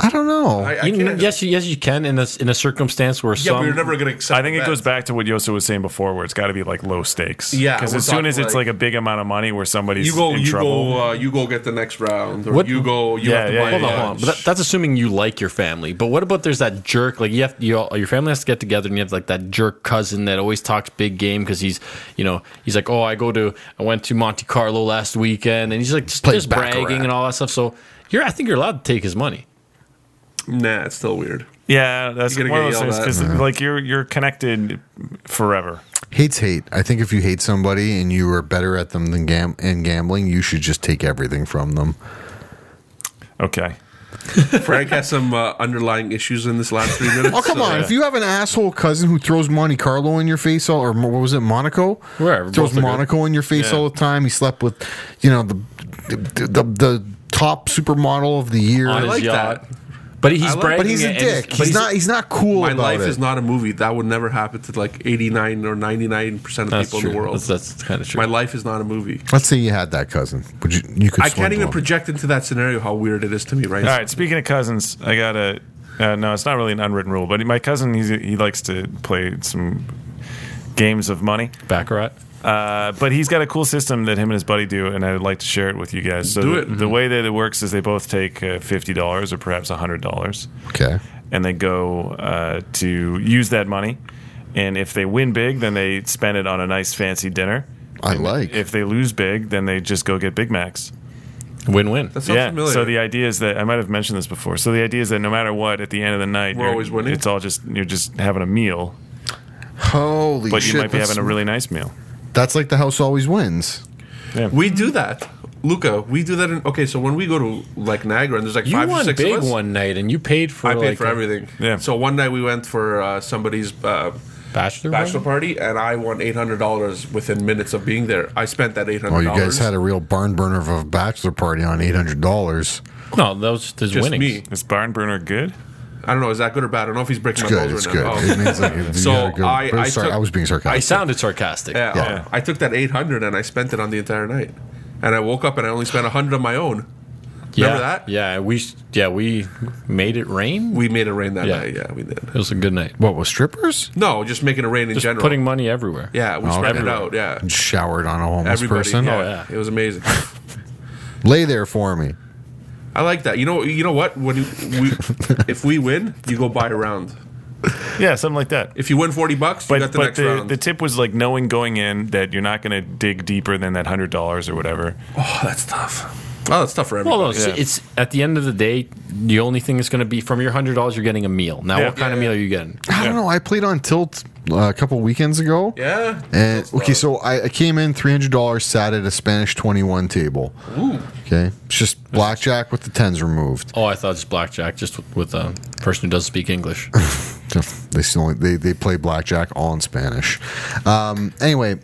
Speaker 1: I don't know.
Speaker 3: I, I
Speaker 4: You-
Speaker 3: can't.
Speaker 4: yes, you- yes, you can in a in a circumstance where
Speaker 3: yeah, but
Speaker 4: some
Speaker 3: we're never going to accept.
Speaker 5: I think it
Speaker 3: that.
Speaker 5: goes back to what Yosa was saying before, where it's got to be like low stakes.
Speaker 3: Yeah,
Speaker 5: because
Speaker 3: we're
Speaker 5: as soon
Speaker 3: talking
Speaker 5: as it's
Speaker 3: like-
Speaker 5: like a big amount of money where somebody's
Speaker 3: You go.
Speaker 5: in
Speaker 3: You
Speaker 5: trouble.
Speaker 3: go. Uh, you go get the next round, or
Speaker 4: What-
Speaker 3: you go. You
Speaker 5: Yeah,
Speaker 3: have to
Speaker 5: yeah,
Speaker 3: buy.
Speaker 5: yeah,
Speaker 4: Hold on,
Speaker 5: yeah.
Speaker 4: hold on. But that, that's assuming you like your family. But what about there's that jerk? Like you have you all, your family has to get together, and you have like that jerk cousin that always talks big game because he's you know he's like, oh, I go to I went to Monte Carlo last weekend, and he's like just,
Speaker 1: Plays
Speaker 4: just bragging
Speaker 1: Baccarat.
Speaker 4: and all that stuff. So you're I think you're allowed to take his money.
Speaker 3: Nah, it's still weird.
Speaker 5: Yeah, that's
Speaker 3: You're
Speaker 5: one
Speaker 3: gonna
Speaker 5: of
Speaker 3: get Mm-hmm.
Speaker 5: those things
Speaker 3: yelled at.
Speaker 5: because like you're you're connected forever.
Speaker 1: Hate's hate. I think if you hate somebody and you are better at them than gam- in gambling, you should just take everything from them.
Speaker 5: Okay.
Speaker 3: Frank has some uh, underlying issues in this last three minutes.
Speaker 1: Oh come
Speaker 3: so-
Speaker 1: on! If you have an asshole cousin who throws Monte Carlo in your face all, or mo- what was it, Monaco?
Speaker 4: Wherever,
Speaker 1: throws
Speaker 4: both are good.
Speaker 1: Monaco in your face all the time. He slept with, you know, the the, the, the top supermodel of the year.
Speaker 4: on
Speaker 3: I
Speaker 4: his
Speaker 3: like
Speaker 4: yacht.
Speaker 3: that.
Speaker 4: But he's
Speaker 3: like-
Speaker 4: bragging.
Speaker 1: but he's a
Speaker 4: and-
Speaker 1: dick.
Speaker 4: but
Speaker 1: He's, not. He's not cool.
Speaker 3: My
Speaker 1: about
Speaker 3: life
Speaker 1: it.
Speaker 3: is not a movie. That would never happen to like 89 or 99% of
Speaker 4: That's
Speaker 3: people
Speaker 4: true.
Speaker 3: in the world.
Speaker 4: That's, that's kind of true.
Speaker 3: My life is not a movie.
Speaker 1: Let's say you had that cousin. Would you? You could.
Speaker 3: I can't
Speaker 1: swindle
Speaker 3: even
Speaker 1: him.
Speaker 3: project into that scenario how weird it is to me right
Speaker 5: All
Speaker 3: now.
Speaker 5: right. Speaking of cousins, I got a. Uh, no, it's not really an unwritten rule, but my cousin he's, he likes to play some games of money.
Speaker 4: Baccarat.
Speaker 5: Uh, but he's got a cool system that him and his buddy do, and I would like to share it with you guys. So
Speaker 3: Do
Speaker 5: the,
Speaker 3: it.
Speaker 5: the way that it works is they both take uh, fifty dollars or perhaps hundred dollars,
Speaker 1: Okay.
Speaker 5: and they go uh, to use that money. And if they win big, then they spend it on a nice fancy dinner.
Speaker 1: I like.
Speaker 5: If they lose big, then they just go get Big Macs.
Speaker 4: Win-win.
Speaker 3: That sounds
Speaker 5: yeah.
Speaker 3: familiar.
Speaker 5: So the idea is that I might have mentioned this before. So the idea is that no matter what, at the end of the night,
Speaker 3: We're
Speaker 5: you're-
Speaker 3: always winning?
Speaker 5: It's all just you're just having a meal,
Speaker 1: Holy
Speaker 5: but
Speaker 1: shit!
Speaker 5: you might be
Speaker 1: that's-
Speaker 5: having a really nice meal.
Speaker 1: That's like the house always wins.
Speaker 3: we do that. Luca, we do that in okay, so when we go to like Niagara and there's like
Speaker 4: You
Speaker 3: five or
Speaker 4: won
Speaker 3: six
Speaker 4: big
Speaker 3: of us,
Speaker 4: one night, and you paid for.
Speaker 3: I paid
Speaker 4: like,
Speaker 3: for
Speaker 4: a
Speaker 3: everything.
Speaker 5: Yeah.
Speaker 3: So one night we went for uh, somebody's
Speaker 4: Uh-huh.
Speaker 3: uh,
Speaker 4: Bachelor.
Speaker 3: bachelor
Speaker 4: party?
Speaker 3: party and I won eight hundred dollars within minutes of being there. I spent that eight
Speaker 1: Oh,
Speaker 3: hundred
Speaker 1: you
Speaker 3: dollars.
Speaker 1: guys had a real barn burner of a bachelor party on eight hundred dollars.
Speaker 4: No, that was just his
Speaker 3: just
Speaker 4: winnings.
Speaker 3: me.
Speaker 5: Is barn burner good?
Speaker 3: I don't know, is that good or bad? I don't know if he's breaking
Speaker 1: It's
Speaker 3: my
Speaker 1: good. It's
Speaker 3: balls right
Speaker 1: good.
Speaker 3: now. Oh.
Speaker 1: It means like if you
Speaker 3: So
Speaker 1: had a good-
Speaker 3: I-
Speaker 1: but
Speaker 3: I
Speaker 1: sorry,
Speaker 3: took-
Speaker 1: I was being
Speaker 4: I
Speaker 1: sarcastic.
Speaker 4: sounded sarcastic.
Speaker 3: Yeah,
Speaker 1: Yeah.
Speaker 3: I I took that 800 and I spent it on the entire night. And I woke up and I only spent 100 of my own.
Speaker 4: yeah,
Speaker 3: Remember that?
Speaker 4: Yeah, we yeah we made it rain.
Speaker 3: We made it rain that
Speaker 4: Yeah.
Speaker 3: night. Yeah, we did.
Speaker 4: It was a good night.
Speaker 1: what was strippers?
Speaker 3: No, just making it rain in
Speaker 4: Just
Speaker 3: general.
Speaker 4: putting money everywhere.
Speaker 3: yeah, we
Speaker 1: Oh,
Speaker 3: spread it
Speaker 1: okay.
Speaker 3: out. Yeah.
Speaker 1: Showered on a homeless
Speaker 3: Everybody.
Speaker 1: person.
Speaker 3: Yeah.
Speaker 4: Oh, yeah.
Speaker 3: It was amazing.
Speaker 1: Lay there for me.
Speaker 3: I like that. You know you know what? When you- we if we win, you go buy a round.
Speaker 5: Yeah, something like that.
Speaker 3: If you win 40 bucks, you
Speaker 5: But
Speaker 3: got the
Speaker 5: but
Speaker 3: next
Speaker 5: the,
Speaker 3: round.
Speaker 5: the tip was like knowing going in that you're not going to dig deeper than that hundred dollars or whatever.
Speaker 3: oh, that's tough. Oh, that's tough for everybody.
Speaker 4: Well, no, it's,
Speaker 5: Yeah.
Speaker 4: it's at the end of the day, the only thing that's going to be from your hundred dollars, you're getting a meal. Now,
Speaker 5: Yeah.
Speaker 4: what kind of meal are you getting?
Speaker 1: I don't know. I played on Tilt uh, a couple weekends ago.
Speaker 3: yeah.
Speaker 1: And Eh, okay, so I, I came in three hundred dollars, sat at a Spanish twenty one table. Okay, it's just blackjack with the tens removed.
Speaker 4: Oh, I thought it's blackjack, just with, with a person who doesn't speak English.
Speaker 1: They still they they play blackjack all in Spanish. Um, anyway,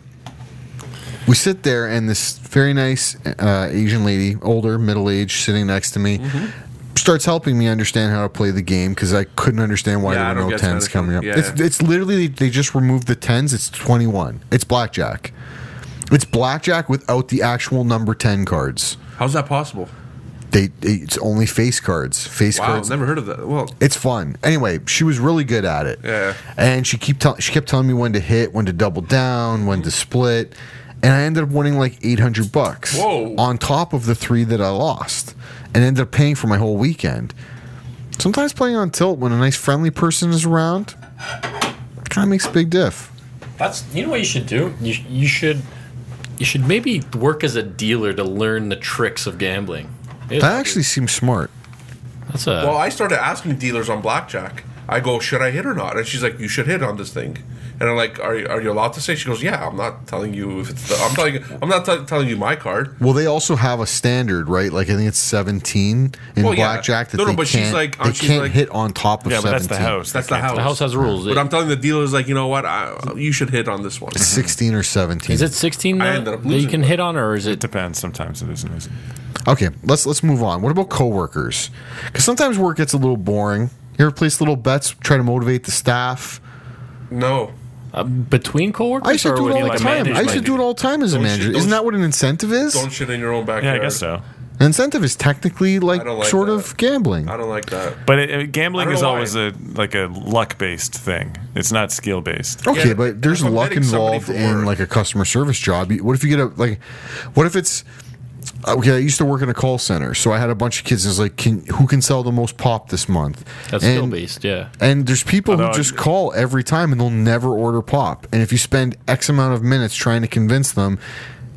Speaker 1: we sit there, and this very nice uh, Asian lady, older, middle aged, sitting next to me.
Speaker 3: Mm-hmm.
Speaker 1: Starts helping me understand how to play the game because I couldn't understand why
Speaker 3: Yeah, I
Speaker 1: there
Speaker 3: don't
Speaker 1: were no
Speaker 3: get
Speaker 1: tens
Speaker 3: Spanish.
Speaker 1: coming up.
Speaker 3: Yeah,
Speaker 1: it's
Speaker 3: yeah.
Speaker 1: it's literally they just removed the tens. It's twenty one. It's blackjack. It's blackjack without the actual number ten cards.
Speaker 3: How's that possible?
Speaker 1: They it's only face cards. Face
Speaker 3: Wow,
Speaker 1: cards.
Speaker 3: never heard of that. Well,
Speaker 1: It's fun. Anyway, she was really good at it.
Speaker 3: Yeah.
Speaker 1: And she keep tell- she kept telling me when to hit, when to double down, when to split, and I ended up winning like eight hundred bucks.
Speaker 3: Whoa.
Speaker 1: On top of the three that I lost, and ended up paying for my whole weekend. Sometimes playing on tilt when a nice friendly person is around, kind of makes a big diff.
Speaker 4: That's you know what you should do. You sh- you should you should maybe work as a dealer to learn the tricks of gambling.
Speaker 1: That actually seems smart.
Speaker 4: that's a
Speaker 3: Well, I started asking dealers on blackjack. I go, should I hit or not? And she's like, you should hit on this thing. And I'm like, are you, are you allowed to say? She goes, yeah. I'm not telling you if it's. The, I'm telling. you- I'm not t- telling you my card.
Speaker 1: Well, they also have a standard, right? Like I think it's seventeen in
Speaker 3: Well, yeah.
Speaker 1: blackjack that
Speaker 3: No, no,
Speaker 1: they
Speaker 3: but she's
Speaker 1: can't,
Speaker 3: like- uh,
Speaker 1: they
Speaker 3: she's
Speaker 1: can't
Speaker 3: like-
Speaker 1: hit on top of
Speaker 5: Yeah, but
Speaker 1: seventeen.
Speaker 5: that's the house.
Speaker 3: That's
Speaker 5: They
Speaker 3: the
Speaker 5: can't-
Speaker 3: house.
Speaker 4: the house has rules.
Speaker 3: But I'm telling the dealers, like, you know what? I, you should hit on this one.
Speaker 1: Sixteen or seventeen.
Speaker 4: is it sixteen
Speaker 3: I
Speaker 4: that
Speaker 3: ended up
Speaker 4: that you
Speaker 3: losing
Speaker 4: can
Speaker 3: one.
Speaker 4: hit on, or is it?
Speaker 5: Depends. Sometimes it isn't. isn't it?
Speaker 1: Okay, let's let's move on. What about coworkers? Because sometimes work gets a little boring. You ever place little bets, try to motivate the staff?
Speaker 3: No,
Speaker 4: between coworkers?
Speaker 1: I used to
Speaker 4: or
Speaker 1: do it
Speaker 4: with,
Speaker 1: all
Speaker 4: like,
Speaker 1: the
Speaker 4: a
Speaker 1: time.
Speaker 4: manager
Speaker 1: I used to
Speaker 4: might
Speaker 1: do it all the time as a
Speaker 3: Don't you-
Speaker 1: manager.
Speaker 3: don't
Speaker 1: Isn't
Speaker 3: you-
Speaker 1: that what an incentive is?
Speaker 3: don't shit in your own
Speaker 5: Yeah,
Speaker 3: backyard.
Speaker 5: I guess so.
Speaker 1: An incentive is technically like,
Speaker 3: don't like
Speaker 1: sort
Speaker 3: that.
Speaker 1: of gambling.
Speaker 3: I don't like that.
Speaker 5: But it, it- gambling
Speaker 3: I don't
Speaker 5: is
Speaker 3: know why.
Speaker 5: always a like a luck based thing. It's not skill based.
Speaker 1: Okay,
Speaker 3: Yeah,
Speaker 1: but there's
Speaker 3: if I'm
Speaker 1: luck
Speaker 3: betting somebody
Speaker 1: involved
Speaker 3: for
Speaker 1: in
Speaker 3: work.
Speaker 1: like a customer service job. You- What if you get a like? What if it's okay? I used to work in a call center, so I had a bunch of kids. And it's like, can who can sell the most pop this month?
Speaker 4: That's
Speaker 1: And-
Speaker 4: skill-based, yeah.
Speaker 1: And there's people who
Speaker 5: Although I-
Speaker 1: just call every time and they'll never order pop. And if you spend X amount of minutes trying to convince them,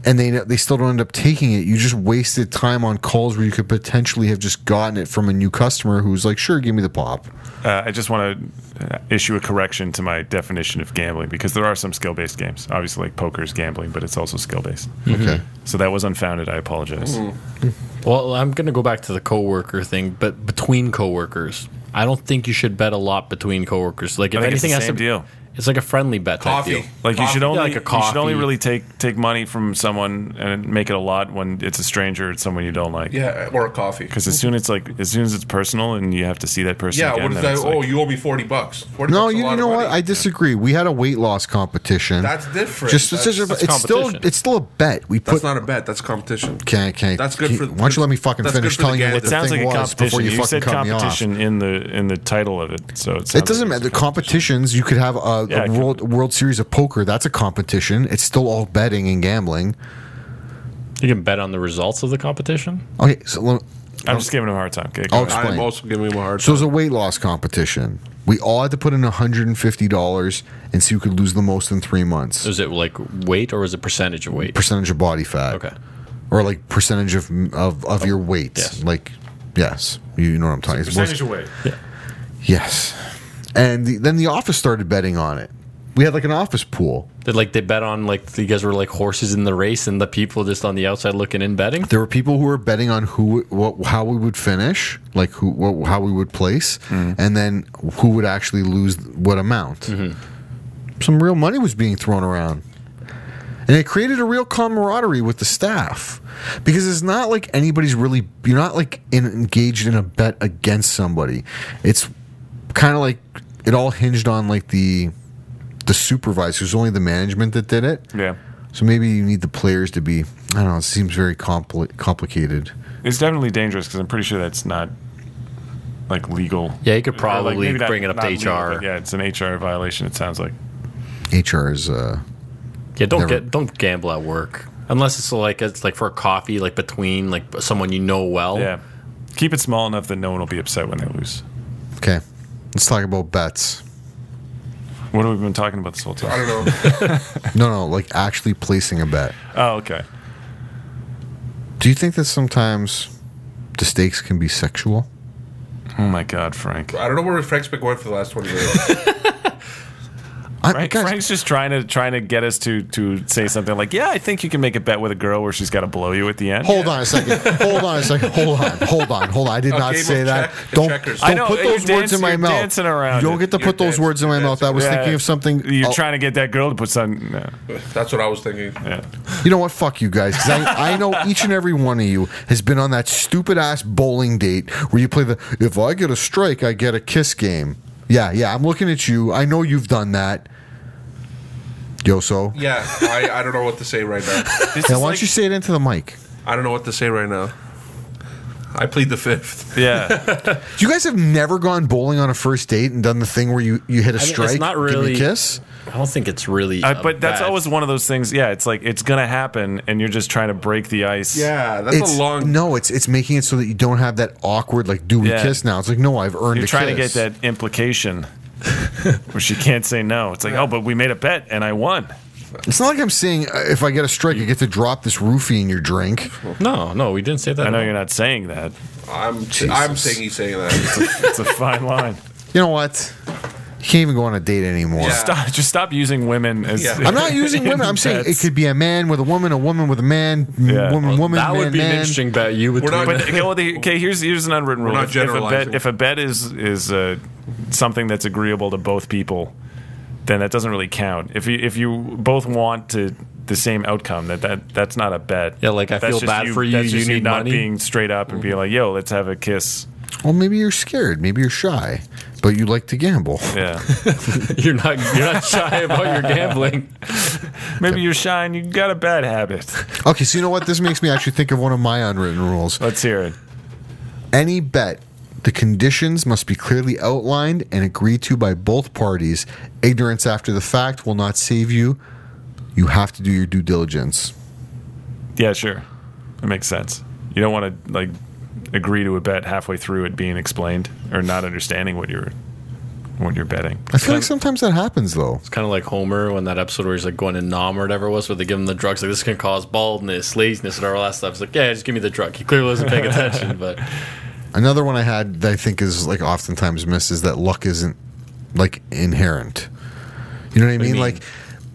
Speaker 1: and they they still don't end up taking it. You just wasted time on calls where you could potentially have just gotten it from a new customer who's like, "Sure, give me the pop."
Speaker 5: Uh, I just want to issue a correction to my definition of gambling because there are some skill based games. Obviously, like poker is gambling, but it's also skill based.
Speaker 1: Mm-hmm. Okay.
Speaker 5: So that was unfounded. I apologize.
Speaker 4: Well, I'm going to go back to the coworker thing, but between coworkers, I don't think you should bet a lot between coworkers. Like if
Speaker 5: I think it's
Speaker 4: anything has
Speaker 5: the
Speaker 4: to
Speaker 5: same deal.
Speaker 4: it's like a friendly bet type
Speaker 3: Coffee.
Speaker 4: deal.
Speaker 5: Like you should
Speaker 3: Coffee.
Speaker 5: only
Speaker 4: like a
Speaker 5: you should only
Speaker 4: coffee.
Speaker 5: really take take money from someone and make it a lot when it's a stranger or someone you don't like.
Speaker 3: Yeah, or a coffee.
Speaker 5: Because as soon it's like as soon as it's personal and you have to see that person.
Speaker 3: Yeah,
Speaker 5: again,
Speaker 3: what is
Speaker 5: then
Speaker 3: that?
Speaker 5: it's
Speaker 3: Oh,
Speaker 5: like-
Speaker 3: you owe me forty bucks. 40
Speaker 1: No,
Speaker 3: bucks is a
Speaker 1: you,
Speaker 3: lot
Speaker 1: you
Speaker 3: of
Speaker 1: know what?
Speaker 3: money.
Speaker 1: I disagree. We had a weight loss competition.
Speaker 3: That's different.
Speaker 1: Just
Speaker 3: That's-
Speaker 1: it's, just a-
Speaker 4: that's
Speaker 1: it's still
Speaker 4: competition.
Speaker 1: it's still a bet. We
Speaker 3: That's
Speaker 1: put
Speaker 3: not a bet. That's competition.
Speaker 1: Can, can,
Speaker 3: That's good
Speaker 1: can-
Speaker 3: for-
Speaker 1: Why don't you let me fucking
Speaker 3: that's good
Speaker 1: finish
Speaker 3: for the
Speaker 1: telling you
Speaker 3: gander.
Speaker 1: what
Speaker 5: it
Speaker 1: the
Speaker 5: sounds like
Speaker 1: thing
Speaker 5: a
Speaker 1: was before
Speaker 5: competition.
Speaker 1: you,
Speaker 5: You,
Speaker 1: fucking
Speaker 5: said
Speaker 1: cut me off?
Speaker 5: competition in the in the title of it, so it, sounds
Speaker 1: It doesn't
Speaker 5: like
Speaker 1: matter.
Speaker 5: it's
Speaker 1: The competitions you could have a,
Speaker 5: Yeah,
Speaker 1: a
Speaker 5: it could-
Speaker 1: world World Series of poker. That's a competition. It's still all betting and gambling.
Speaker 4: You can bet on the results of the competition.
Speaker 1: Okay, so let-
Speaker 5: I'm just giving him a hard time. Okay, go
Speaker 1: I'll
Speaker 5: ahead.
Speaker 1: explain.
Speaker 3: I'm also giving him a hard.
Speaker 1: So it was a weight loss competition. We all had to put in $150 and see who could lose the most in three months.
Speaker 4: Is it like weight or is it percentage of weight?
Speaker 1: Percentage of body fat.
Speaker 4: Okay.
Speaker 1: Or like percentage of of, of your weight.
Speaker 4: Yes.
Speaker 1: Like, yes. You know what I'm talking about.
Speaker 5: away.
Speaker 1: Yes. And the, then the office started betting on it. We had like an office pool.
Speaker 4: Did like they bet on like you guys were like horses in the race and the people just on the outside looking in betting?
Speaker 1: There were people who were betting on who, what, how we would finish, like who, what, how we would place, and then who would actually lose what amount. Some real money was being thrown around, and it created a real camaraderie with the staff because it's not like anybody's really you're not like in, engaged in a bet against somebody. It's kind of like it all hinged on like the the supervisors, only the management that did it.
Speaker 5: Yeah.
Speaker 1: So maybe you need the players to be. I don't know. It seems very compli complicated.
Speaker 5: It's definitely dangerous because I'm pretty sure that's not like legal.
Speaker 4: Yeah, you could
Speaker 5: Or, like,
Speaker 4: probably
Speaker 5: maybe not-
Speaker 4: bring it up
Speaker 5: not
Speaker 4: to
Speaker 5: legal,
Speaker 4: HR.
Speaker 5: but yeah, it's an HR violation. It sounds like.
Speaker 1: HR is. Uh,
Speaker 4: Yeah, don't
Speaker 1: Never-
Speaker 4: get don't gamble at work unless it's like it's like for a coffee, like between like someone you know well.
Speaker 5: Yeah. Keep it small enough that no one will be upset when they lose.
Speaker 1: okay, let's talk about bets.
Speaker 5: What have we been talking about this whole time?
Speaker 3: I don't know.
Speaker 1: No, no, like actually placing a bet.
Speaker 5: Oh, okay.
Speaker 1: Do you think that sometimes the stakes can be sexual?
Speaker 5: Oh my God, Frank.
Speaker 3: I don't know where Frank's been going for the last twenty years.
Speaker 1: I,
Speaker 5: Frank,
Speaker 1: guys,
Speaker 5: Frank's just trying to trying to get us to to say something like, "Yeah, I think you can make a bet with a girl where she's got to blow you at the end."
Speaker 1: hold on a second. hold on a second. Hold on. Hold on. Hold on. I did
Speaker 5: Oh,
Speaker 3: A
Speaker 1: not
Speaker 3: game
Speaker 1: say
Speaker 3: of
Speaker 1: that.
Speaker 3: check-
Speaker 1: don't
Speaker 3: checkers.
Speaker 1: don't
Speaker 5: I know,
Speaker 1: put
Speaker 5: you're
Speaker 1: those words
Speaker 5: dancing-
Speaker 1: in my
Speaker 5: you're
Speaker 1: mouth.
Speaker 5: dancing around
Speaker 1: you don't
Speaker 5: it.
Speaker 1: get to
Speaker 3: You're
Speaker 1: put those
Speaker 3: dancing-
Speaker 1: words in my
Speaker 3: you're
Speaker 1: mouth. I was
Speaker 5: Yeah.
Speaker 1: thinking of something.
Speaker 5: You're
Speaker 1: oh,
Speaker 5: trying to get that girl to put something. No.
Speaker 3: That's what I was thinking.
Speaker 1: You know what? Fuck you guys. 'cause I, I know each and every one of you has been on that stupid ass bowling date where you play the if I get a strike, I get a kiss game. Yeah, yeah. I'm looking at you. I know you've done that. Yoso.
Speaker 3: Yeah, I, I don't know what to say right now.
Speaker 5: This
Speaker 1: Now,
Speaker 5: is
Speaker 1: why
Speaker 5: like-
Speaker 1: don't you say it into the mic?
Speaker 3: I don't know what to say right now. I plead the fifth.
Speaker 5: Yeah,
Speaker 1: You guys have never gone bowling on a first date and done the thing where you, you hit a
Speaker 4: mean, it's
Speaker 1: strike,
Speaker 4: not
Speaker 1: give me
Speaker 4: really-
Speaker 1: a kiss.
Speaker 4: I don't think it's really.
Speaker 5: I,
Speaker 4: a
Speaker 5: Uh, but that's
Speaker 4: bet.
Speaker 5: always one of those things. Yeah, it's like it's gonna happen, and you're just trying to break the ice.
Speaker 3: Yeah, that's
Speaker 1: It's
Speaker 3: a long.
Speaker 1: no. It's it's making it so that you don't have that awkward like do we
Speaker 5: Yeah.
Speaker 1: kiss now? It's like no, I've earned.
Speaker 5: you're
Speaker 1: a
Speaker 5: trying
Speaker 1: kiss.
Speaker 5: to get that implication where she can't say no. It's like, oh, but we made a bet and I won.
Speaker 1: It's not like I'm saying uh, if I get a strike, I get to drop this roofie in your drink.
Speaker 4: no, no. We didn't say that.
Speaker 5: I know
Speaker 4: no.
Speaker 5: you're not saying that.
Speaker 3: I'm I'm saying he's saying that.
Speaker 5: It's a fine line.
Speaker 1: you know what? You can't even go on a date anymore.
Speaker 3: Yeah.
Speaker 5: Stop, just stop using women as.
Speaker 3: Yeah.
Speaker 1: I'm not using women. I'm saying it
Speaker 5: That's-
Speaker 1: could be a man with a woman, a woman with a man, m-
Speaker 5: Yeah.
Speaker 1: woman,
Speaker 5: Well,
Speaker 1: woman,
Speaker 4: that
Speaker 1: man,
Speaker 4: would be
Speaker 1: man.
Speaker 4: an interesting bet. You would.
Speaker 3: We're not-
Speaker 4: do.
Speaker 5: But okay, well, the, okay, here's here's an unwritten rule.
Speaker 3: not
Speaker 5: If, if a
Speaker 3: generalizing.
Speaker 5: bet if a bet is is uh, something that's agreeable to both people, then that doesn't really count. If you if you both want to the same outcome, that, that that's not a bet.
Speaker 4: Yeah, like, I
Speaker 5: That's
Speaker 4: feel
Speaker 5: just
Speaker 4: bad for you,
Speaker 5: That's just
Speaker 4: you
Speaker 5: you
Speaker 4: need
Speaker 5: not
Speaker 4: money.
Speaker 5: being straight up and being like, "Yo, let's have a kiss."
Speaker 1: Well, maybe you're scared. Maybe you're shy, but you like to gamble.
Speaker 5: Yeah,
Speaker 4: you're not. You're not shy about your gambling.
Speaker 5: maybe you're shy and you got a bad habit.
Speaker 1: Okay, so you know what? This makes me actually think of one of my unwritten rules.
Speaker 5: Let's hear it.
Speaker 1: Any bet, the conditions must be clearly outlined and agreed to by both parties. Ignorance after the fact will not save you. You have to do your due diligence.
Speaker 5: Yeah, sure, it makes sense. You don't want to like agree to a bet halfway through it being explained or not understanding what you're when you're betting.
Speaker 1: I feel like sometimes that happens though.
Speaker 4: It's kind of like Homer when that episode where he's like going to Nom or whatever it was, where they give him the drugs. Like this can cause baldness, laziness, and all that stuff. It's like, yeah, just give me the drug. He clearly wasn't paying attention, but
Speaker 1: Another one I had that I think is like oftentimes missed is that luck isn't like inherent. You know what I mean?
Speaker 4: mean?
Speaker 1: Like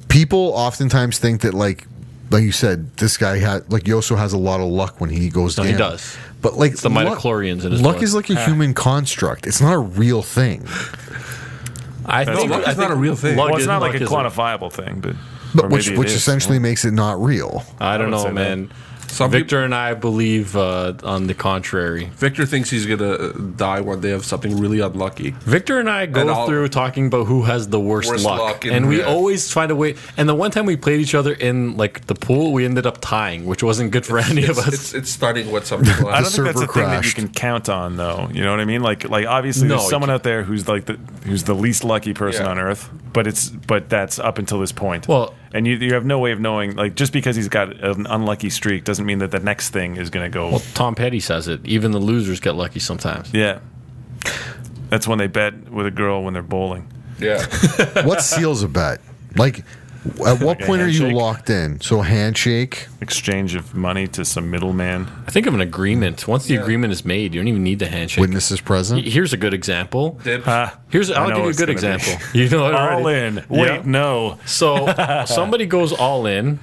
Speaker 1: people oftentimes think that like like you said, this guy had like Yoso has a lot of luck when he goes
Speaker 4: No,
Speaker 1: down.
Speaker 4: he does.
Speaker 1: But like it's
Speaker 4: the midichlorians in his
Speaker 1: luck
Speaker 4: blood.
Speaker 1: is
Speaker 5: Ah.
Speaker 1: like a human construct. It's not a real thing.
Speaker 4: I
Speaker 5: No,
Speaker 4: think
Speaker 5: luck
Speaker 4: I
Speaker 3: is not
Speaker 4: think
Speaker 3: a real thing.
Speaker 5: well, it's
Speaker 4: is-
Speaker 5: not like
Speaker 4: luck
Speaker 5: a
Speaker 4: isn't-
Speaker 5: quantifiable thing, but, or
Speaker 1: But which
Speaker 5: maybe it
Speaker 1: which
Speaker 5: is.
Speaker 1: essentially makes it not real.
Speaker 4: I don't
Speaker 5: I would say
Speaker 4: know,
Speaker 5: that.
Speaker 4: man.
Speaker 3: Some
Speaker 4: Victor
Speaker 3: Victor
Speaker 4: and I believe uh, on the contrary.
Speaker 3: Victor thinks he's gonna die one day of something really unlucky.
Speaker 4: Victor and I go
Speaker 3: And I'll-
Speaker 4: through talking about who has the worst,
Speaker 3: Worst
Speaker 4: luck,
Speaker 3: luck in-
Speaker 4: and we
Speaker 3: yeah.
Speaker 4: always find a way. And the one time we played each other in like the pool, we ended up tying, which wasn't good for any
Speaker 3: It's,
Speaker 4: of us.
Speaker 3: it's, it's starting with something.
Speaker 5: I
Speaker 3: Like
Speaker 5: don't think that's a
Speaker 1: server
Speaker 5: thing that you
Speaker 1: crashed.
Speaker 5: can count on, though. You know what I mean? Like, like obviously,
Speaker 4: No,
Speaker 5: there's
Speaker 4: you
Speaker 5: someone out there who's like the who's the least lucky person
Speaker 3: Yeah.
Speaker 5: on earth. But it's but that's up until this point.
Speaker 4: Well-
Speaker 5: and you you have no way of knowing. Like, just because he's got an unlucky streak doesn't mean that the next thing is going to go.
Speaker 4: well, Tom Petty says it. Even the losers get lucky sometimes.
Speaker 5: yeah, that's when they bet with a girl when they're bowling.
Speaker 3: yeah,
Speaker 1: what seals a bet? Like at what
Speaker 5: a
Speaker 1: point are you
Speaker 5: handshake?
Speaker 1: locked in? So a handshake,
Speaker 5: Exchange of money to some middleman.
Speaker 4: I think of an agreement. Once the agprement is made, you don't even need the handshake.
Speaker 1: witnesses present.
Speaker 4: Here's a good example.
Speaker 3: Dibs.
Speaker 5: Uh,
Speaker 4: Here's I'll
Speaker 5: know
Speaker 4: give you a
Speaker 5: it's
Speaker 4: good
Speaker 5: gonna be-
Speaker 4: example. You know it
Speaker 5: All
Speaker 4: already.
Speaker 5: in. Wait,
Speaker 4: Yeah.
Speaker 5: no.
Speaker 4: So somebody goes all in,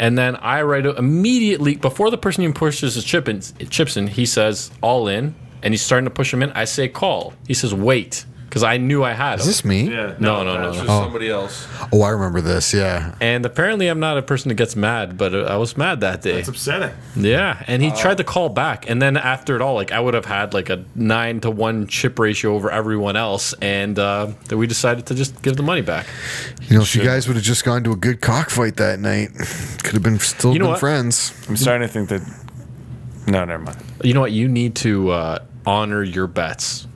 Speaker 4: and then I write a- immediately before the person even pushes his chip in, chips in. He says all in, and he's starting to push him in. I say call. He says wait because I knew I had
Speaker 1: Is
Speaker 4: him.
Speaker 1: this me?
Speaker 4: No, no, no,
Speaker 3: It's
Speaker 4: no.
Speaker 3: just somebody else.
Speaker 1: Oh, I remember this. Yeah,
Speaker 4: And apparently, I'm not a person that gets mad, but uh, I was mad that day.
Speaker 5: upsetting.
Speaker 4: Yeah, and he tried to call back, and then after it all, like I would have had like a nine to one chip ratio over everyone else, and uh, then we decided to just give the money back.
Speaker 1: You know, if you guys would have just gone to a good cockfight that night, could have been still
Speaker 4: You know
Speaker 1: been
Speaker 4: what?
Speaker 1: friends.
Speaker 5: I'm starting to think that. No, never mind.
Speaker 4: You know what? You need to uh, honor your bets.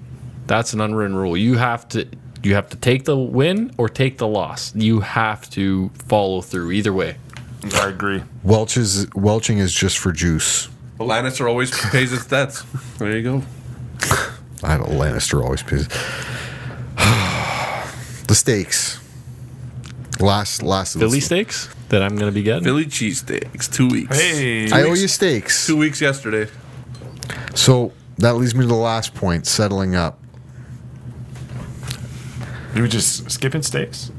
Speaker 4: That's an unwritten rule. You have to you have to take the win or take the loss. You have to follow through either way.
Speaker 5: I agree.
Speaker 1: Welch is, welching is just for juice.
Speaker 3: But Lannister always pays his debts. There you go.
Speaker 1: I have a Lannister always pays. the stakes. Last, last of the
Speaker 4: Philly stakes that I'm going to be getting.
Speaker 3: Philly cheesesteaks. Two weeks.
Speaker 5: Hey,
Speaker 1: I owe you stakes.
Speaker 3: Two weeks yesterday.
Speaker 1: So that leads me to the last point: settling up.
Speaker 5: you were just skipping stakes.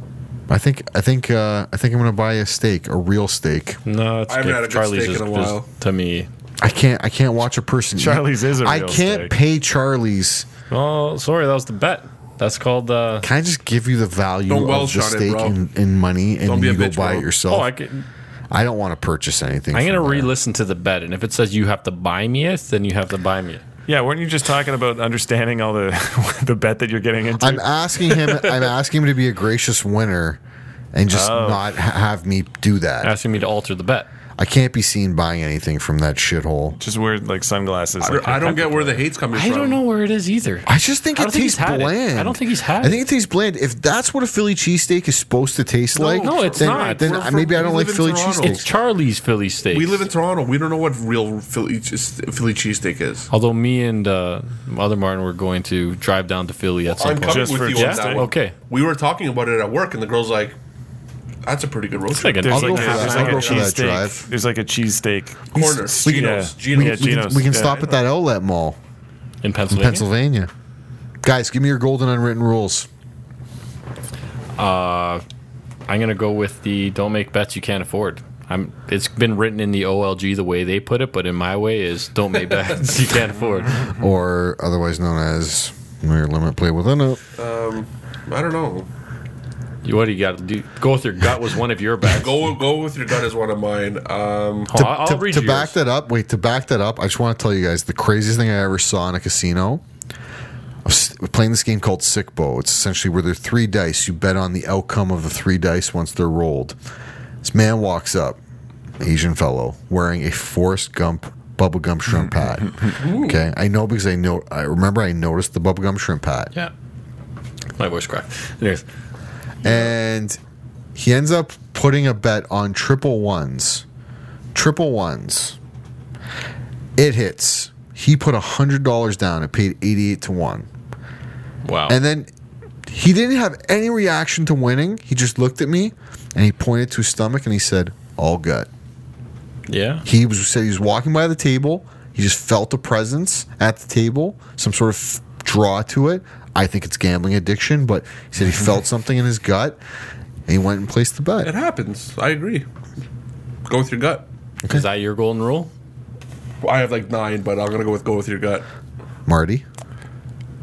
Speaker 1: I think, I think, uh, I think I'm gonna buy a steak, a real steak.
Speaker 4: No, it's
Speaker 3: I haven't
Speaker 4: good.
Speaker 3: had a good
Speaker 4: Charlie's
Speaker 3: steak
Speaker 4: is,
Speaker 3: in a
Speaker 4: is
Speaker 3: while.
Speaker 4: to me.
Speaker 1: I can't, I can't watch a person. eat.
Speaker 5: Charlie's is a
Speaker 1: I
Speaker 5: real
Speaker 1: can't
Speaker 5: steak.
Speaker 1: pay Charlie's.
Speaker 4: Oh, sorry, that was the bet. That's called. Uh,
Speaker 1: Can I just give you the value
Speaker 3: Don't
Speaker 1: of
Speaker 3: Welch
Speaker 1: the
Speaker 3: on it,
Speaker 1: steak
Speaker 3: bro.
Speaker 1: in, in money, and
Speaker 3: Don't be
Speaker 1: you
Speaker 3: a
Speaker 1: go
Speaker 3: bitch,
Speaker 1: buy
Speaker 3: bro.
Speaker 1: it yourself?
Speaker 4: oh, I can,
Speaker 1: I don't want to purchase anything.
Speaker 4: I'm gonna
Speaker 1: from there.
Speaker 4: re-listen to the bet, and if it says you have to buy me it, then you have to buy me it.
Speaker 5: Yeah, weren't you just talking about understanding all the the bet that you're getting into?
Speaker 1: I'm asking him. I'm asking him to be a gracious winner, and just
Speaker 4: Oh.
Speaker 1: not ha- have me do that.
Speaker 4: asking me to alter the bet.
Speaker 1: I can't be seen buying anything from that shithole.
Speaker 5: just wear like sunglasses.
Speaker 3: I don't- I don't get where the hate's coming
Speaker 4: I
Speaker 3: from.
Speaker 4: don't know where it is either.
Speaker 1: I just think
Speaker 4: I
Speaker 1: it
Speaker 4: don't think
Speaker 1: tastes
Speaker 4: he's had it.
Speaker 1: bland.
Speaker 4: I don't think he's had
Speaker 1: I think it tastes bland. If that's what a Philly cheesesteak is supposed to taste like,
Speaker 4: no, it's
Speaker 1: then,
Speaker 4: not.
Speaker 1: Then
Speaker 3: We're from-
Speaker 1: maybe I don't
Speaker 3: we
Speaker 1: like
Speaker 3: live in
Speaker 1: Philly
Speaker 3: Toronto.
Speaker 4: It's
Speaker 1: cheesesteaks.
Speaker 4: Charlie's Philly steak.
Speaker 3: We live in Toronto. We don't know what real Philly, cheese- Philly cheesesteak is.
Speaker 4: Although me and uh, Mother Martin were going to drive down to Philly at some
Speaker 3: I'm
Speaker 4: point.
Speaker 3: coming
Speaker 5: Just
Speaker 3: with
Speaker 5: for
Speaker 3: you on
Speaker 5: cheesesteak?
Speaker 3: that one.
Speaker 4: Okay.
Speaker 3: We were talking about it at work, and the girl's like, "That's a pretty good roast."
Speaker 4: It's like an
Speaker 5: There's
Speaker 1: I'll
Speaker 5: like,
Speaker 1: go
Speaker 5: a,
Speaker 1: for
Speaker 4: upper
Speaker 1: that.
Speaker 5: there's
Speaker 1: I'll
Speaker 5: like a
Speaker 1: go for that
Speaker 5: cheesesteak.
Speaker 1: drive.
Speaker 5: There's like a cheesesteak.
Speaker 3: corners,
Speaker 1: we can-
Speaker 3: Geno's,
Speaker 1: We,
Speaker 3: Geno's.
Speaker 5: yeah. Yeah,
Speaker 1: we can,
Speaker 5: Geno's.
Speaker 1: we can
Speaker 5: Yeah,
Speaker 1: stop
Speaker 5: I
Speaker 1: at that outlet mall
Speaker 4: in
Speaker 1: in
Speaker 4: Pennsylvania.
Speaker 1: Pennsylvania. Guys, give me your golden unwritten rules.
Speaker 4: I'm going to go with the don't make bets you can't afford. I'm, it's been written in the OLG the way they put it, but in my way is don't make bets you can't afford.
Speaker 1: or otherwise known as your limit play within it.
Speaker 3: I don't know.
Speaker 4: You, what do you got to do? Go with your gut was one of your bets.
Speaker 3: Go go with your gut is one of mine. Um,
Speaker 4: Oh, I'll
Speaker 1: to,
Speaker 4: read
Speaker 1: to
Speaker 4: yours.
Speaker 1: back that up, wait, to back that up, I just want to tell you guys the craziest thing I ever saw in a casino. I was playing this game called Sick Bow. It's essentially where there are three dice. You bet on the outcome of the three dice once they're rolled. This man walks up, Asian fellow, wearing a Forrest Gump bubblegum shrimp hat. Okay, I know because I know. I remember I noticed the bubblegum shrimp hat.
Speaker 4: Yeah. My voice cracked. Anyways,
Speaker 1: and he ends up putting a bet on triple ones. Triple ones. It hits. He put hundred dollars down. It paid eighty-eight to one.
Speaker 4: wow.
Speaker 1: And then He didn't have any reaction to winning. He just looked at me and he pointed to his stomach and he said, "All gut."
Speaker 4: Yeah.
Speaker 1: He was said he was walking by the table. He just felt a presence at the table, some sort of f- draw to it. I think it's gambling addiction, but he said he
Speaker 4: Mm-hmm.
Speaker 1: felt something in his gut, and he went and placed the
Speaker 3: It
Speaker 1: bet.
Speaker 3: happens. I agree. Go with your gut.
Speaker 4: Is that your golden rule?
Speaker 3: I have like nine, but I'm gonna go with go with your gut.
Speaker 1: Marty,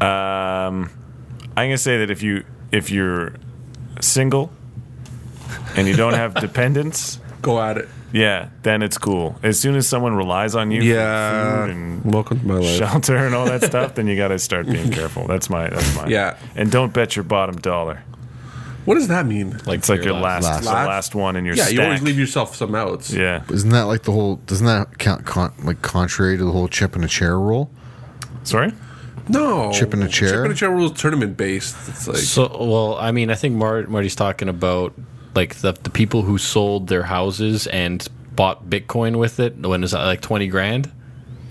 Speaker 5: Um, I'm gonna say that if you if you're single and you don't have dependents,
Speaker 3: Go at it.
Speaker 5: yeah, then it's cool. As soon as someone relies on you, for food and
Speaker 3: Welcome to my life.
Speaker 5: shelter and all that stuff, then you got to start being careful. That's my that's mine.
Speaker 3: Yeah.
Speaker 5: and don't bet your bottom dollar.
Speaker 3: What does that mean?
Speaker 4: Like
Speaker 5: It's like your last
Speaker 1: last.
Speaker 5: last, the last one in your
Speaker 3: yeah, you always
Speaker 5: stack.
Speaker 3: leave yourself some outs.
Speaker 5: yeah.
Speaker 1: isn't that like the whole? Doesn't that count con, like contrary to the whole chip and a chair rule?
Speaker 5: Sorry.
Speaker 3: No.
Speaker 1: Chip in a chair?
Speaker 3: Chip in a chair rules tournament based. It's like
Speaker 4: So, well, I mean, I think Mar- Marty's talking about like the, the people who sold their houses and bought Bitcoin with it when it's uh, like 20 grand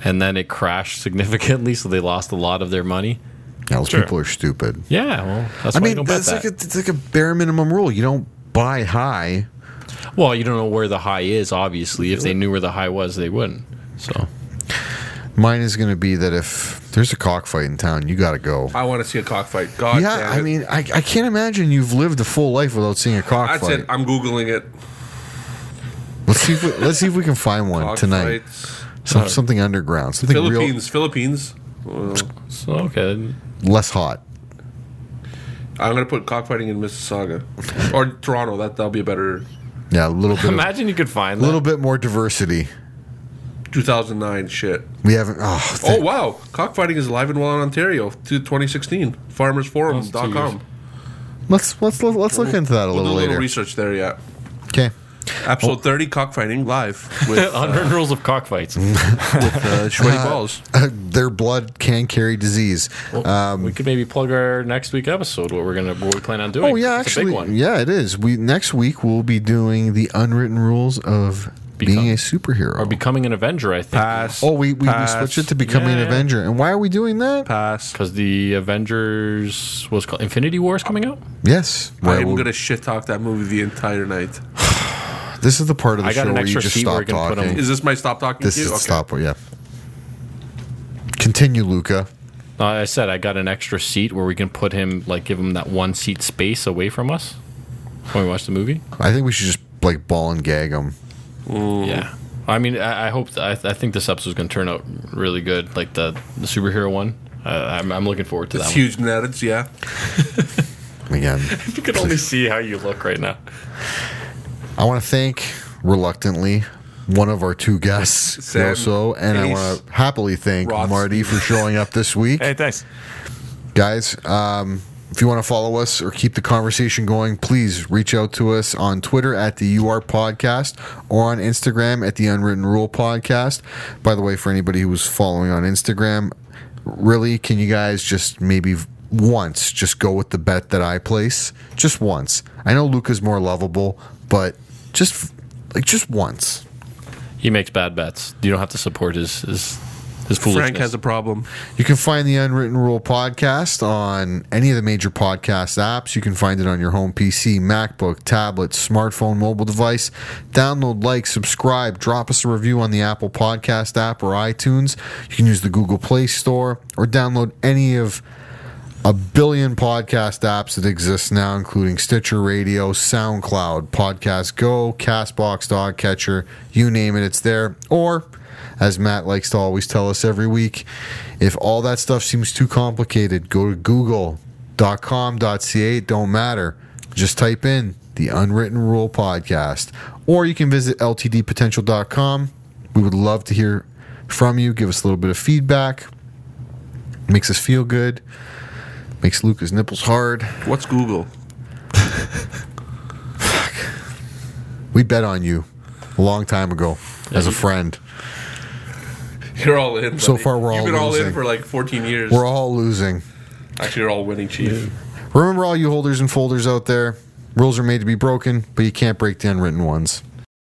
Speaker 4: and then it crashed significantly, so they lost a lot of their money.
Speaker 1: Yeah, those people are stupid.
Speaker 4: Yeah, well, that's
Speaker 1: I
Speaker 4: why I
Speaker 1: mean,
Speaker 4: don't bet
Speaker 1: that's
Speaker 4: that.
Speaker 1: like a, it's like a bare minimum rule. You don't buy high.
Speaker 4: well, you don't know where the high is, obviously. If they knew where the high was, they wouldn't. So,
Speaker 1: Mine is going to be that if there's a cockfight in town, you got to go.
Speaker 3: I want to see a cockfight. God
Speaker 1: Yeah,
Speaker 3: damn
Speaker 1: I
Speaker 3: it.
Speaker 1: mean, I, I can't imagine you've lived a full life without seeing a
Speaker 3: I
Speaker 1: cockfight.
Speaker 3: said I'm googling it.
Speaker 1: Let's see if we, let's see if we can find one tonight.
Speaker 3: Cockfights.
Speaker 1: Some, something underground, something
Speaker 3: Philippines. Philippines. Well,
Speaker 4: so okay. then-
Speaker 1: real less hot.
Speaker 3: I'm gonna put cockfighting in Mississauga or Toronto. That that'll be a better.
Speaker 1: Yeah, a little bit, a
Speaker 4: Imagine you could find that.
Speaker 1: little bit more diversity.
Speaker 3: 2009 shit.
Speaker 1: We haven't. Oh,
Speaker 3: Oh
Speaker 1: th-
Speaker 3: wow, cockfighting is alive and well in Ontario. To 2016,
Speaker 4: That's two years.
Speaker 3: farmersforum.com.
Speaker 4: Oh.
Speaker 1: let's let's let's look into that a little
Speaker 3: We'll do a little
Speaker 1: later. Oh.
Speaker 3: research there. Yeah,
Speaker 1: Okay.
Speaker 3: episode 30 cockfighting live with uh,
Speaker 4: 100 rules of cockfights.
Speaker 3: uh, sweaty balls.
Speaker 1: Uh, their blood can carry disease. um,
Speaker 4: we could maybe plug our next week episode. What we're gonna, what we plan on doing.
Speaker 1: oh yeah,
Speaker 4: It's
Speaker 1: actually, yeah, it is. We next week we'll be doing the unwritten rules of being a superhero.
Speaker 4: or becoming an Avenger. I think
Speaker 3: Pass.
Speaker 1: oh, we we, we
Speaker 3: Pass.
Speaker 1: switched it to becoming an
Speaker 4: Yeah.
Speaker 1: Avenger. And why are we doing that?
Speaker 3: pass.
Speaker 4: because the Avengers was called Infinity War is coming out.
Speaker 1: Yes,
Speaker 3: I'm
Speaker 1: Well,
Speaker 3: gonna shit talk that movie the entire night.
Speaker 1: This is the part of the
Speaker 4: I got
Speaker 1: show
Speaker 4: an
Speaker 1: where you
Speaker 4: extra
Speaker 1: just
Speaker 4: seat where
Speaker 1: stop
Speaker 4: I can put
Speaker 1: talking.
Speaker 4: 'em.
Speaker 3: Is this my stop talking?
Speaker 1: This
Speaker 3: cue?
Speaker 1: is the stop. Yeah. Continue, Luca.
Speaker 4: Uh, I said I got an extra seat where we can put him, like, give him that one seat space away from us when we watch the movie.
Speaker 1: I think we should just like ball and gag him.
Speaker 4: Yeah. I mean, I, I hope. I, I think this episode's going to turn out really good, like the the superhero one. Uh, I'm, I'm looking forward to
Speaker 3: It's
Speaker 4: that.
Speaker 3: huge nerds. Yeah.
Speaker 1: again.
Speaker 4: One. You can only see how you look right now.
Speaker 1: I want to thank reluctantly one of our two guests,
Speaker 3: Sam
Speaker 1: Yoso, and I
Speaker 3: Ace
Speaker 1: want to happily thank
Speaker 3: Rothstein.
Speaker 1: Marty for showing up this week,
Speaker 5: Hey, thanks.
Speaker 1: guys. Um, if you want to follow us or keep the conversation going, please reach out to us on Twitter at the UR Podcast or on Instagram at the Unwritten Rule Podcast. By the way, for anybody who was following on Instagram, really, can you guys just maybe once just go with the bet that I place? Just once. I know Luca's more lovable, but just like just once.
Speaker 4: He makes bad bets. You don't have to support his his, his foolishness.
Speaker 3: Frank has a problem.
Speaker 1: You can find the Unwritten Rule podcast on any of the major podcast apps. You can find it on your home PC, MacBook, tablet, smartphone, mobile device. Download, like, subscribe, drop us a review on the Apple Podcast app or iTunes. You can use the Google Play Store or download any of a billion podcast apps that exist now, including Stitcher Radio, SoundCloud, Podcast Go, Castbox, Dogcatcher, you name it, it's there. Or, as Matt likes to always tell us every week, if all that stuff seems too complicated, go to google.com.ca. It don't matter. Just type in the Unwritten Rule Podcast. Or you can visit ltdpotential.com. We would love to hear from you. Give us a little bit of feedback. Makes us feel good makes Luca's nipples hard.
Speaker 3: What's Google?
Speaker 1: We bet on you a long time ago as a friend.
Speaker 3: You're all in.
Speaker 1: So
Speaker 3: buddy.
Speaker 1: far, we're all
Speaker 3: You've been all
Speaker 1: losing.
Speaker 3: in for like 14 years.
Speaker 1: We're all losing.
Speaker 3: Actually, you're all winning, Chief.
Speaker 1: Remember, all you holders and folders out there, rules are made to be broken, but you can't break the unwritten ones.